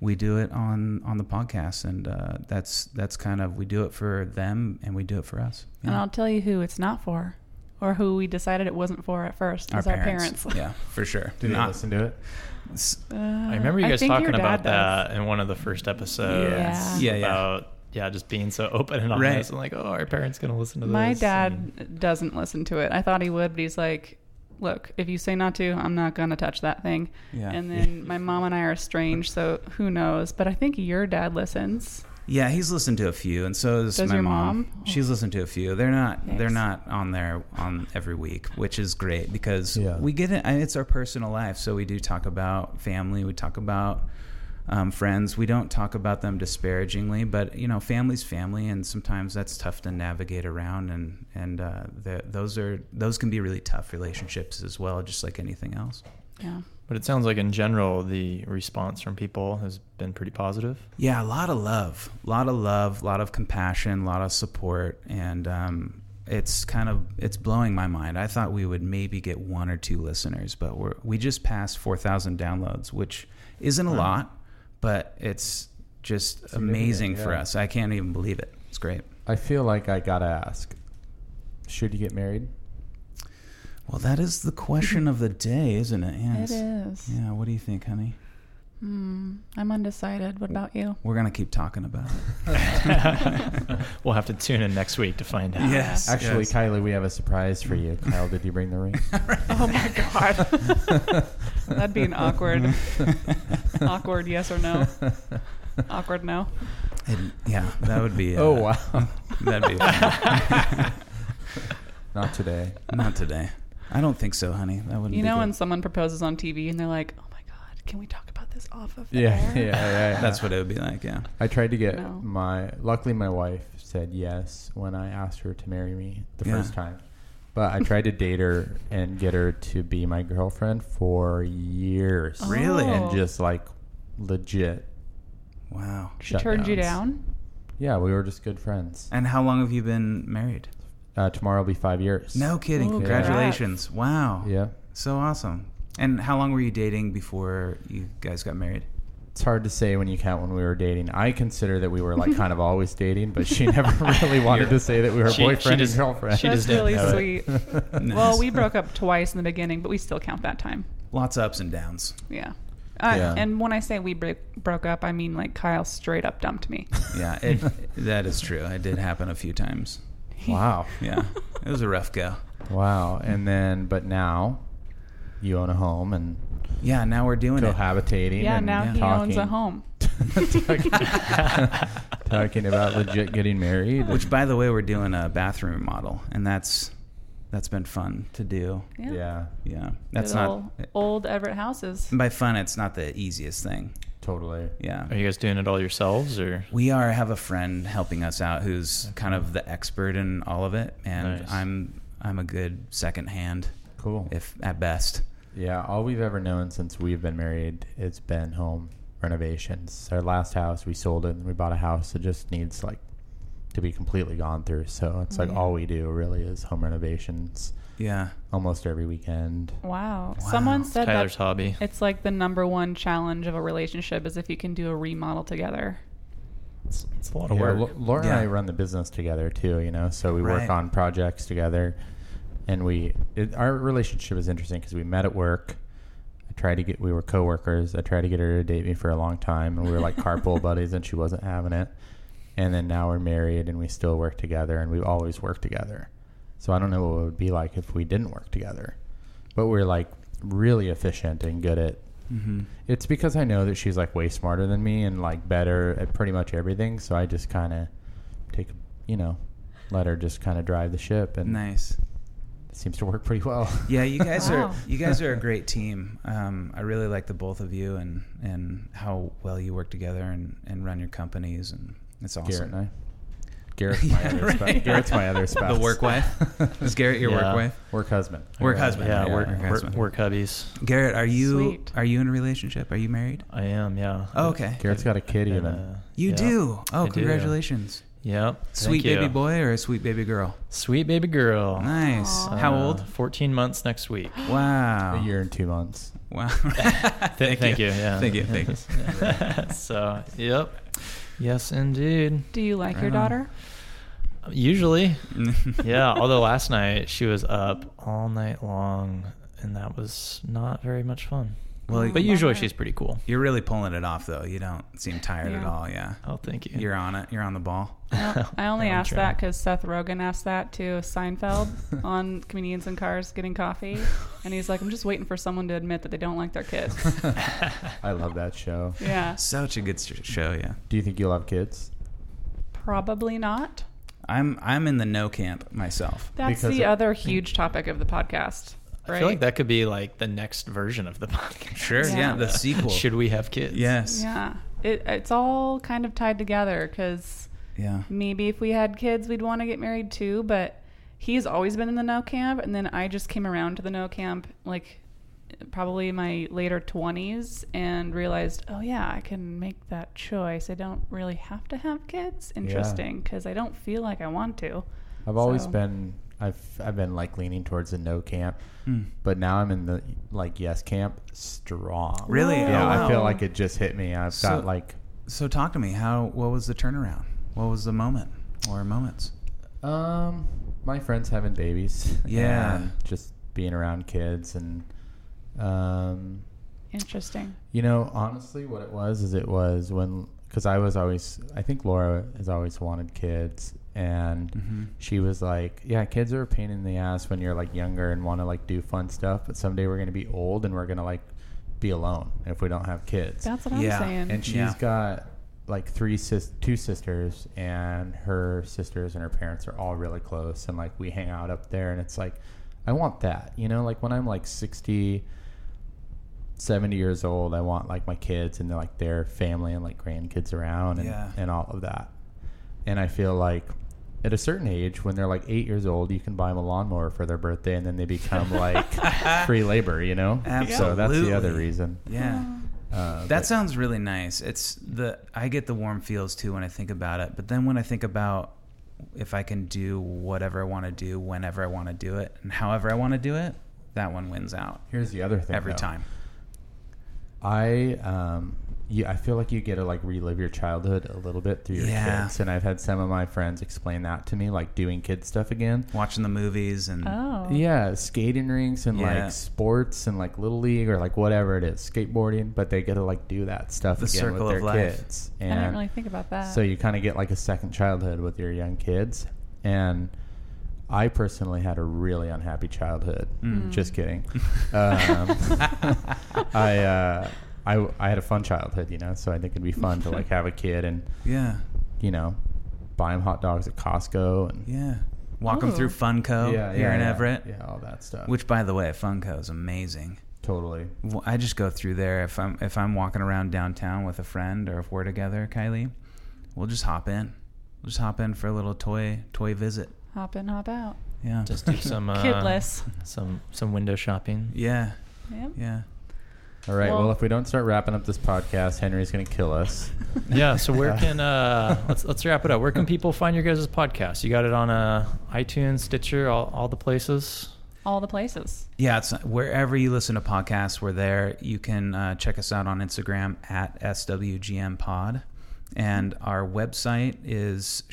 [SPEAKER 4] we do it on on the podcast, and uh, that's that's kind of we do it for them, and we do it for us.
[SPEAKER 5] And I'll tell you who it's not for, or who we decided it wasn't for at first. is our parents.
[SPEAKER 4] yeah, for sure.
[SPEAKER 1] Do they
[SPEAKER 4] Not-
[SPEAKER 1] listen to it?
[SPEAKER 4] s-
[SPEAKER 3] I remember you guys
[SPEAKER 5] Uh, think your
[SPEAKER 3] talking about
[SPEAKER 5] dad
[SPEAKER 3] that in one of the first episodes.
[SPEAKER 5] Yeah.
[SPEAKER 4] Yeah, yeah.
[SPEAKER 3] About yeah. just being so open and
[SPEAKER 4] Right.
[SPEAKER 3] honest. and like, oh, our parents gonna listen to
[SPEAKER 5] does.
[SPEAKER 3] this.
[SPEAKER 5] My
[SPEAKER 3] and-
[SPEAKER 5] dad doesn't listen to it. I thought he would, but he's like, "Look, if you say not to, I'm not gonna touch that thing."
[SPEAKER 4] Yeah.
[SPEAKER 5] And then my mom and I are estranged, so who knows? But I think your dad listens.
[SPEAKER 4] Yeah, he's listened to a few, and so is
[SPEAKER 5] Does
[SPEAKER 4] my
[SPEAKER 5] your
[SPEAKER 4] mom.
[SPEAKER 5] mom?
[SPEAKER 4] She's listened to a few. They're not. They're
[SPEAKER 5] Nice.
[SPEAKER 4] not on there on every week, which is great because
[SPEAKER 1] Yeah.
[SPEAKER 4] we get it. and It's our personal life, so we do talk about family. We talk about um, friends. We don't talk about them disparagingly, but you know, family's family, and sometimes that's tough to navigate around. And and uh, the, those are those can be really tough relationships as well, just like anything else.
[SPEAKER 5] Yeah.
[SPEAKER 3] But it sounds like in general the response from people has been pretty positive.
[SPEAKER 4] Yeah, a lot of love, a lot of love, a lot of compassion, a lot of support, and um, it's kind of it's blowing my mind. I thought we would maybe get one or two listeners, but we're we just passed four thousand downloads, which isn't a lot, but it's just amazing for
[SPEAKER 1] yeah.
[SPEAKER 4] us. I can't even believe it. It's great.
[SPEAKER 1] I feel like I gotta ask. Should you get married?
[SPEAKER 4] Well, that is the question of the day, isn't it? Yes.
[SPEAKER 5] It is.
[SPEAKER 4] Yeah. What do you think, honey?
[SPEAKER 5] Hmm. I'm undecided. What about you?
[SPEAKER 4] We're gonna keep talking about it.
[SPEAKER 3] we'll have to tune in next week to find out.
[SPEAKER 4] yes.
[SPEAKER 1] Actually,
[SPEAKER 4] yes.
[SPEAKER 1] Kylie, we have a surprise for you. Kyle, did you bring the ring?
[SPEAKER 5] Oh my god. That'd be an awkward, awkward yes or no. Awkward no.
[SPEAKER 4] And- yeah, that would be. Uh,
[SPEAKER 1] Oh wow!
[SPEAKER 4] that'd be. fun.
[SPEAKER 1] Not today.
[SPEAKER 4] Not today. I don't think so, honey. That wouldn't.
[SPEAKER 5] You
[SPEAKER 4] be
[SPEAKER 5] know
[SPEAKER 4] good.
[SPEAKER 5] when someone proposes on TV and they're like, "Oh my god, can we talk about this off of the
[SPEAKER 1] Yeah, yeah,
[SPEAKER 5] air?"
[SPEAKER 1] yeah, yeah.
[SPEAKER 4] That's what it would be like, yeah.
[SPEAKER 1] I tried to get
[SPEAKER 5] No.
[SPEAKER 1] my. Luckily, my wife said yes when I asked her to marry me the
[SPEAKER 4] Yeah.
[SPEAKER 1] first time. But I tried to date her and get her to be my girlfriend for years,
[SPEAKER 4] Really?
[SPEAKER 1] and
[SPEAKER 5] Oh.
[SPEAKER 1] just like legit.
[SPEAKER 4] Wow.
[SPEAKER 5] she turned you
[SPEAKER 1] shutdowns.
[SPEAKER 5] down.
[SPEAKER 1] Yeah, we were just good friends.
[SPEAKER 4] And how long have you been married?
[SPEAKER 1] Uh, tomorrow will be five years.
[SPEAKER 4] No kidding.
[SPEAKER 5] Oh,
[SPEAKER 4] Congratulations. Wow.
[SPEAKER 1] Yeah,
[SPEAKER 4] So awesome. And how long were you dating before you guys got married?
[SPEAKER 1] it's hard to say when you count when we were dating. I consider that we were like kind of always dating, but she never really wanted to say that we were
[SPEAKER 3] She- she
[SPEAKER 1] boyfriend
[SPEAKER 3] just-
[SPEAKER 1] and girlfriend.
[SPEAKER 3] she
[SPEAKER 5] That's
[SPEAKER 3] just didn't
[SPEAKER 5] really
[SPEAKER 3] know it.
[SPEAKER 5] sweet.
[SPEAKER 4] Nice.
[SPEAKER 5] Well, we broke up twice in the beginning, but we still count that time.
[SPEAKER 4] Lots of ups and downs.
[SPEAKER 5] Yeah. Uh,
[SPEAKER 1] Yeah.
[SPEAKER 5] And when I say we break, broke up, I mean like Kyle straight up dumped me.
[SPEAKER 4] Yeah, it, that is true. It did happen a few times.
[SPEAKER 1] wow,
[SPEAKER 4] Yeah. It was a rough go.
[SPEAKER 1] wow. And then, but now you own a home and
[SPEAKER 4] Yeah, now we're doing it.
[SPEAKER 1] cohabitating.
[SPEAKER 5] yeah,
[SPEAKER 1] and
[SPEAKER 5] now he owns a
[SPEAKER 1] talking-
[SPEAKER 5] home.
[SPEAKER 1] talking about legit getting married.
[SPEAKER 4] Which by the way, we're doing a bathroom remodel and that's that's been fun to do.
[SPEAKER 5] Yeah.
[SPEAKER 1] yeah,
[SPEAKER 4] Yeah. That's
[SPEAKER 5] Good
[SPEAKER 4] not Mm.
[SPEAKER 5] old, old Everett houses.
[SPEAKER 4] by fun it's not the easiest thing.
[SPEAKER 1] totally.
[SPEAKER 4] Yeah.
[SPEAKER 3] Are you guys doing it all yourselves or
[SPEAKER 4] We are have a friend helping us out who's kind of the expert in all of it, and
[SPEAKER 3] Nice.
[SPEAKER 4] I'm I'm a good second hand,
[SPEAKER 1] Cool.
[SPEAKER 4] if at best.
[SPEAKER 1] Yeah, all we've ever known since we've been married has been home renovations. Our last house, we sold it and we bought a house that just needs like to be completely gone through. So it's like
[SPEAKER 5] Yeah.
[SPEAKER 1] all we do really is home renovations
[SPEAKER 4] Yeah,
[SPEAKER 1] almost every weekend.
[SPEAKER 5] Wow.
[SPEAKER 4] Wow.
[SPEAKER 5] Someone said
[SPEAKER 3] Tyler's
[SPEAKER 5] that
[SPEAKER 3] hobby?
[SPEAKER 5] it's like the number one challenge of a relationship is if you can do a remodel together.
[SPEAKER 3] It's, it's a lot
[SPEAKER 1] Yeah,
[SPEAKER 3] of work.
[SPEAKER 1] Lau- Laura and I
[SPEAKER 4] Yeah.
[SPEAKER 1] run the business together too, you know, so we work
[SPEAKER 4] Right.
[SPEAKER 1] on projects together. And we, it, our relationship is interesting because we met at work. I tried to get, we were coworkers. I tried to get her to date me for a long time and we were like carpool buddies and she wasn't having it. And then now we're married and we still work together and we always work together. So I don't know what it would be like if we didn't work together, but we're like really efficient and good at
[SPEAKER 4] hmm
[SPEAKER 1] it's because I know that she's like way smarter than me and like better at pretty much everything. So I just kind of take, you know, let her just kind of drive the ship, and
[SPEAKER 4] nice.
[SPEAKER 1] it seems to work pretty well.
[SPEAKER 4] Yeah, you guys
[SPEAKER 5] Wow.
[SPEAKER 4] are you guys are a great team. Um, I really like the both of you and and how well you work together and and run your companies, and it's awesome.
[SPEAKER 1] Garrett and I. Garrett's my other spouse. Garrett's my other spouse.
[SPEAKER 4] The work wife is Garrett your
[SPEAKER 3] Yeah.
[SPEAKER 4] work wife.
[SPEAKER 1] Work husband.
[SPEAKER 4] Work
[SPEAKER 1] Yeah.
[SPEAKER 4] husband.
[SPEAKER 3] yeah,
[SPEAKER 4] Yeah,
[SPEAKER 3] work,
[SPEAKER 4] okay,
[SPEAKER 3] work,
[SPEAKER 4] so-
[SPEAKER 3] work hubbies.
[SPEAKER 4] Garrett, are you
[SPEAKER 5] Sweet.
[SPEAKER 4] are you in a relationship? Are you married?
[SPEAKER 3] I am, yeah.
[SPEAKER 4] Oh, okay.
[SPEAKER 1] Garrett's got a kid
[SPEAKER 3] And,
[SPEAKER 1] even.
[SPEAKER 3] uh,
[SPEAKER 4] You
[SPEAKER 3] yeah.
[SPEAKER 4] do.
[SPEAKER 3] I
[SPEAKER 4] Oh,
[SPEAKER 3] do.
[SPEAKER 4] congratulations.
[SPEAKER 3] Yep. Thank
[SPEAKER 4] Sweet
[SPEAKER 3] you.
[SPEAKER 4] baby boy or a sweet baby girl?
[SPEAKER 3] Sweet baby girl.
[SPEAKER 4] Nice.
[SPEAKER 5] Aw.
[SPEAKER 4] How
[SPEAKER 3] Uh,
[SPEAKER 4] old?
[SPEAKER 3] 14 months next week.
[SPEAKER 4] uh, Wow.
[SPEAKER 1] A year and two months.
[SPEAKER 4] Wow.
[SPEAKER 3] Th-
[SPEAKER 4] thank,
[SPEAKER 3] thank you. Yeah.
[SPEAKER 4] Thank you. Thank you.
[SPEAKER 3] so, yep. Yes, indeed.
[SPEAKER 5] Do you like your
[SPEAKER 4] Right on.
[SPEAKER 5] daughter?
[SPEAKER 3] Usually, yeah. Although last night she was up all night long, and that was not very much fun.
[SPEAKER 4] Well,
[SPEAKER 3] but
[SPEAKER 5] you-
[SPEAKER 3] usually she's pretty cool.
[SPEAKER 4] You're really pulling it off, though. You don't seem tired at
[SPEAKER 5] Yeah.
[SPEAKER 4] all. Yeah.
[SPEAKER 3] Oh, thank you.
[SPEAKER 4] You're on it. You're on the ball.
[SPEAKER 5] No, I only
[SPEAKER 3] I'm
[SPEAKER 5] asked
[SPEAKER 3] trying.
[SPEAKER 5] that because Seth Rogen asked that to Seinfeld on Comedians in Cars Getting Coffee. And he's like, I'm just waiting for someone to admit that they don't like their kids.
[SPEAKER 1] I love that show.
[SPEAKER 5] yeah.
[SPEAKER 4] Such a good sh- show. Yeah.
[SPEAKER 1] Do you think you'll have kids?
[SPEAKER 5] Probably not.
[SPEAKER 4] I'm I'm in the no camp myself.
[SPEAKER 5] That's
[SPEAKER 1] Because
[SPEAKER 5] the
[SPEAKER 1] it-
[SPEAKER 5] other huge topic of the podcast. Right?
[SPEAKER 3] I feel like that could be like the next version of the podcast.
[SPEAKER 4] Sure. Yeah.
[SPEAKER 5] Yeah.
[SPEAKER 4] the sequel.
[SPEAKER 3] Should we have kids?
[SPEAKER 4] Yes. Yeah.
[SPEAKER 5] Yeah. It, it's all kind of tied together because maybe if we had kids, we'd want to get married too. But he's always been in the no camp. And then I just came around to the no camp like probably in my later 20s and realized, oh, yeah, I can make that choice. I don't really have to have kids. Interesting because I don't feel like I want to.
[SPEAKER 1] I've always
[SPEAKER 5] So-
[SPEAKER 1] been I've I've been like leaning towards the no camp,
[SPEAKER 4] Hmm.
[SPEAKER 1] but now I'm in the like yes camp strong.
[SPEAKER 4] Really?
[SPEAKER 5] Whoa.
[SPEAKER 1] Yeah,
[SPEAKER 4] Oh, wow.
[SPEAKER 1] I feel like it just hit me. I've
[SPEAKER 4] So-
[SPEAKER 1] got like
[SPEAKER 4] So talk to me. How? What was the turnaround? What was the moment or moments?
[SPEAKER 1] um my friends having babies.
[SPEAKER 4] Yeah.
[SPEAKER 1] and just being around kids and um
[SPEAKER 5] Interesting.
[SPEAKER 1] You know, honestly, what it was is it was when because I was always I think Laura has always wanted kids, and
[SPEAKER 4] Mhm.
[SPEAKER 1] she was like, "Yeah, kids are a pain in the ass when you're like younger and want to like do fun stuff, but someday we're gonna be old and we're gonna like be alone if we don't have kids."
[SPEAKER 5] That's what I'm
[SPEAKER 4] Yeah.
[SPEAKER 5] saying.
[SPEAKER 1] and she's
[SPEAKER 4] Yeah.
[SPEAKER 1] got like three sis two sisters and her sisters and her parents are all really close and like we hang out up there and it's like i want that you know like when i'm like 60 70 years old i want like my kids and like their family and like grandkids around and,
[SPEAKER 4] Yeah.
[SPEAKER 1] and all of that and i feel like at a certain age when they're like eight years old you can buy them a lawnmower for their birthday and then they become like free labor you know so that's the other
[SPEAKER 4] Absolutely.
[SPEAKER 1] reason
[SPEAKER 4] Yeah.
[SPEAKER 1] uh,
[SPEAKER 4] That sounds really nice. It's the I get the warm feels too when I think about it. But then when I think about if I can do whatever I want to do, whenever I want to do it, and however I want to do it, that one wins out
[SPEAKER 1] here's the other thing
[SPEAKER 4] every
[SPEAKER 1] though.
[SPEAKER 4] time.
[SPEAKER 1] I um yeah, I feel like you get to like relive your childhood a little bit through your
[SPEAKER 4] Yeah.
[SPEAKER 1] kids, and I've had some of my friends explain that to me, like doing kid stuff again.
[SPEAKER 4] Watching the movies and
[SPEAKER 5] oh.
[SPEAKER 1] Yeah, skating rinks and
[SPEAKER 4] Yeah.
[SPEAKER 1] like sports and like little league or like whatever it is, skateboarding. But they get to like do that stuff
[SPEAKER 4] The
[SPEAKER 1] again
[SPEAKER 4] circle
[SPEAKER 1] with their
[SPEAKER 4] of life.
[SPEAKER 1] kids,
[SPEAKER 5] I
[SPEAKER 1] and
[SPEAKER 5] didn't really think about that.
[SPEAKER 1] so you kind of get like a second childhood with your young kids. And I personally had a really unhappy childhood.
[SPEAKER 4] Mm.
[SPEAKER 1] Just kidding. um, I, uh, I I had a fun childhood, you know. So I think it'd be fun to like have a kid and
[SPEAKER 4] yeah,
[SPEAKER 1] you know buy him hot dogs at Costco and
[SPEAKER 4] yeah. Walk them
[SPEAKER 5] Ooh.
[SPEAKER 4] through Funko here in Everett.
[SPEAKER 1] yeah, all that stuff.
[SPEAKER 4] Which, by the way, Funko is amazing.
[SPEAKER 1] totally.
[SPEAKER 4] Well, I just go through there if I'm if I'm walking around downtown with a friend or if we're together, Kylie, we'll just hop in. We'll just hop in for a little toy toy visit.
[SPEAKER 5] hop in, hop out.
[SPEAKER 4] Yeah.
[SPEAKER 3] Just do some uh,
[SPEAKER 5] Kidless.
[SPEAKER 3] some some window shopping.
[SPEAKER 4] Yeah.
[SPEAKER 5] Yep.
[SPEAKER 4] Yeah.
[SPEAKER 1] All right. Well,
[SPEAKER 5] Well-
[SPEAKER 1] if we don't start wrapping up this podcast, Henry's gonna kill us.
[SPEAKER 3] Yeah. So where can uh, let's let's wrap it up. Where can people find your guys' podcast? You got it on uh, iTunes, Stitcher, all, all the places.
[SPEAKER 5] All the places.
[SPEAKER 4] Yeah, it's wherever you listen to podcasts, we're there. You can uh, check us out on Instagram at SWGM Pod. And our website is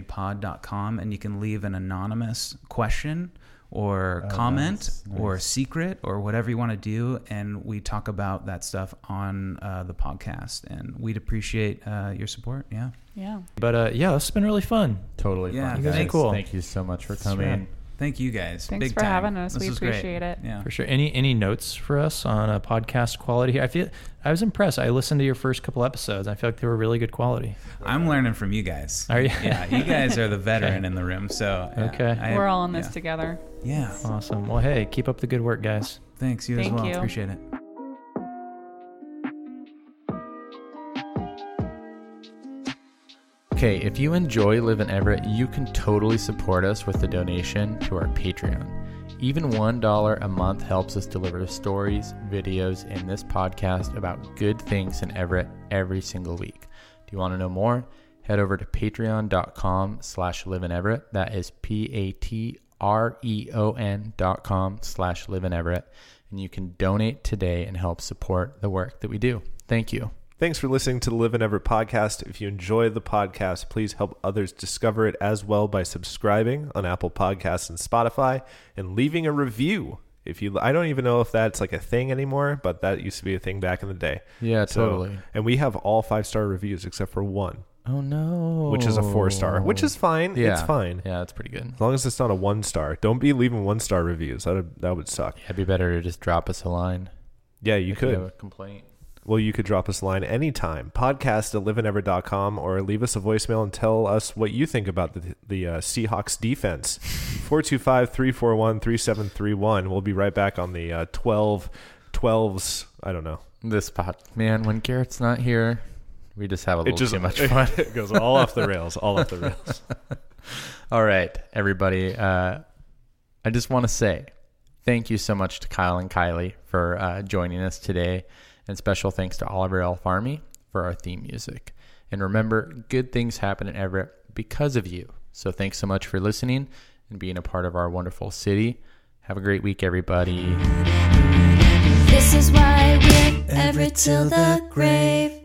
[SPEAKER 4] shouldwegetmarriedpod.com. And you can leave an anonymous question or
[SPEAKER 1] Oh,
[SPEAKER 4] comment
[SPEAKER 1] nice, nice.
[SPEAKER 4] or secret or whatever you want to do. And we talk about that stuff on uh, the podcast. And we'd appreciate uh, your support. Yeah.
[SPEAKER 5] Yeah.
[SPEAKER 3] But uh, yeah, this has been really fun.
[SPEAKER 1] Totally.
[SPEAKER 4] Yeah,
[SPEAKER 1] fun,
[SPEAKER 4] you guys are
[SPEAKER 1] guys.
[SPEAKER 3] cool.
[SPEAKER 1] Thank you so much for
[SPEAKER 3] That's rad.
[SPEAKER 1] coming.
[SPEAKER 4] Thank you guys.
[SPEAKER 5] Thanks
[SPEAKER 4] Big
[SPEAKER 5] for
[SPEAKER 4] time.
[SPEAKER 5] having us.
[SPEAKER 4] This
[SPEAKER 5] We
[SPEAKER 4] was great.
[SPEAKER 5] appreciate it.
[SPEAKER 4] Yeah.
[SPEAKER 3] For sure. Any any notes for us on a podcast quality here? I feel I was impressed. I listened to your first couple episodes. I feel like they were really good quality.
[SPEAKER 4] I'm learning from you guys.
[SPEAKER 3] Are you?
[SPEAKER 4] yeah, you guys are the veteran
[SPEAKER 3] Okay.
[SPEAKER 4] in the room, so yeah,
[SPEAKER 3] Okay.
[SPEAKER 4] I-
[SPEAKER 5] We're all in this
[SPEAKER 4] yeah.
[SPEAKER 5] together.
[SPEAKER 4] Yeah,
[SPEAKER 3] Awesome. Well, hey, keep up the good work, guys.
[SPEAKER 4] thanks you as
[SPEAKER 5] Thank
[SPEAKER 4] well.
[SPEAKER 5] you.
[SPEAKER 4] Appreciate it.
[SPEAKER 1] Okay, if you enjoy Live in Everett, you can totally support us with a donation to our Patreon. Even $1 a month helps us deliver stories, videos, and this podcast about good things in Everett every single week. Do you want to know more? head over to patreon.com slash live in Everett. That is P-A-T-R-E-O-N E dot com slash live in Everett. And you can donate today and help support the work that we do. Thank you.
[SPEAKER 2] Thanks for listening to the Live and Everett podcast. If you enjoy the podcast, please help others discover it as well by subscribing on Apple Podcasts and Spotify and leaving a review. If you, I don't even know if that's like a thing anymore, but that used to be a thing back in the day.
[SPEAKER 1] Yeah,
[SPEAKER 2] So-
[SPEAKER 1] totally.
[SPEAKER 2] And we have all five star reviews except for one,
[SPEAKER 1] Oh no.
[SPEAKER 2] which is a four star, which is fine.
[SPEAKER 1] yeah.
[SPEAKER 2] It's fine.
[SPEAKER 1] Yeah, that's pretty good.
[SPEAKER 2] As long as it's not a one star. Don't be leaving one star reviews. That would, that would suck.
[SPEAKER 1] It'd be better to just drop us a line.
[SPEAKER 2] Yeah, you
[SPEAKER 1] if
[SPEAKER 2] could.
[SPEAKER 1] have a complaint.
[SPEAKER 2] Well, you could drop us a line anytime, podcast at liveandever.com, or leave us a voicemail and tell us what you think about the, the uh, Seahawks defense. 425 341 3731. We'll be right back on the uh, 12 12s. I don't know.
[SPEAKER 1] This pod, man. When Garrett's not here, we just have a little too much fun.
[SPEAKER 2] it goes all off the rails, all off the rails.
[SPEAKER 1] All right, everybody. Uh, I just want to say thank you so much to Kyle and Kylie for uh, joining us today, and special thanks to Oliver L. Farmy for our theme music. And remember, good things happen in Everett because of you. So thanks so much for listening and being a part of our wonderful city. Have a great week, everybody.
[SPEAKER 6] This is why we're ever till the grave.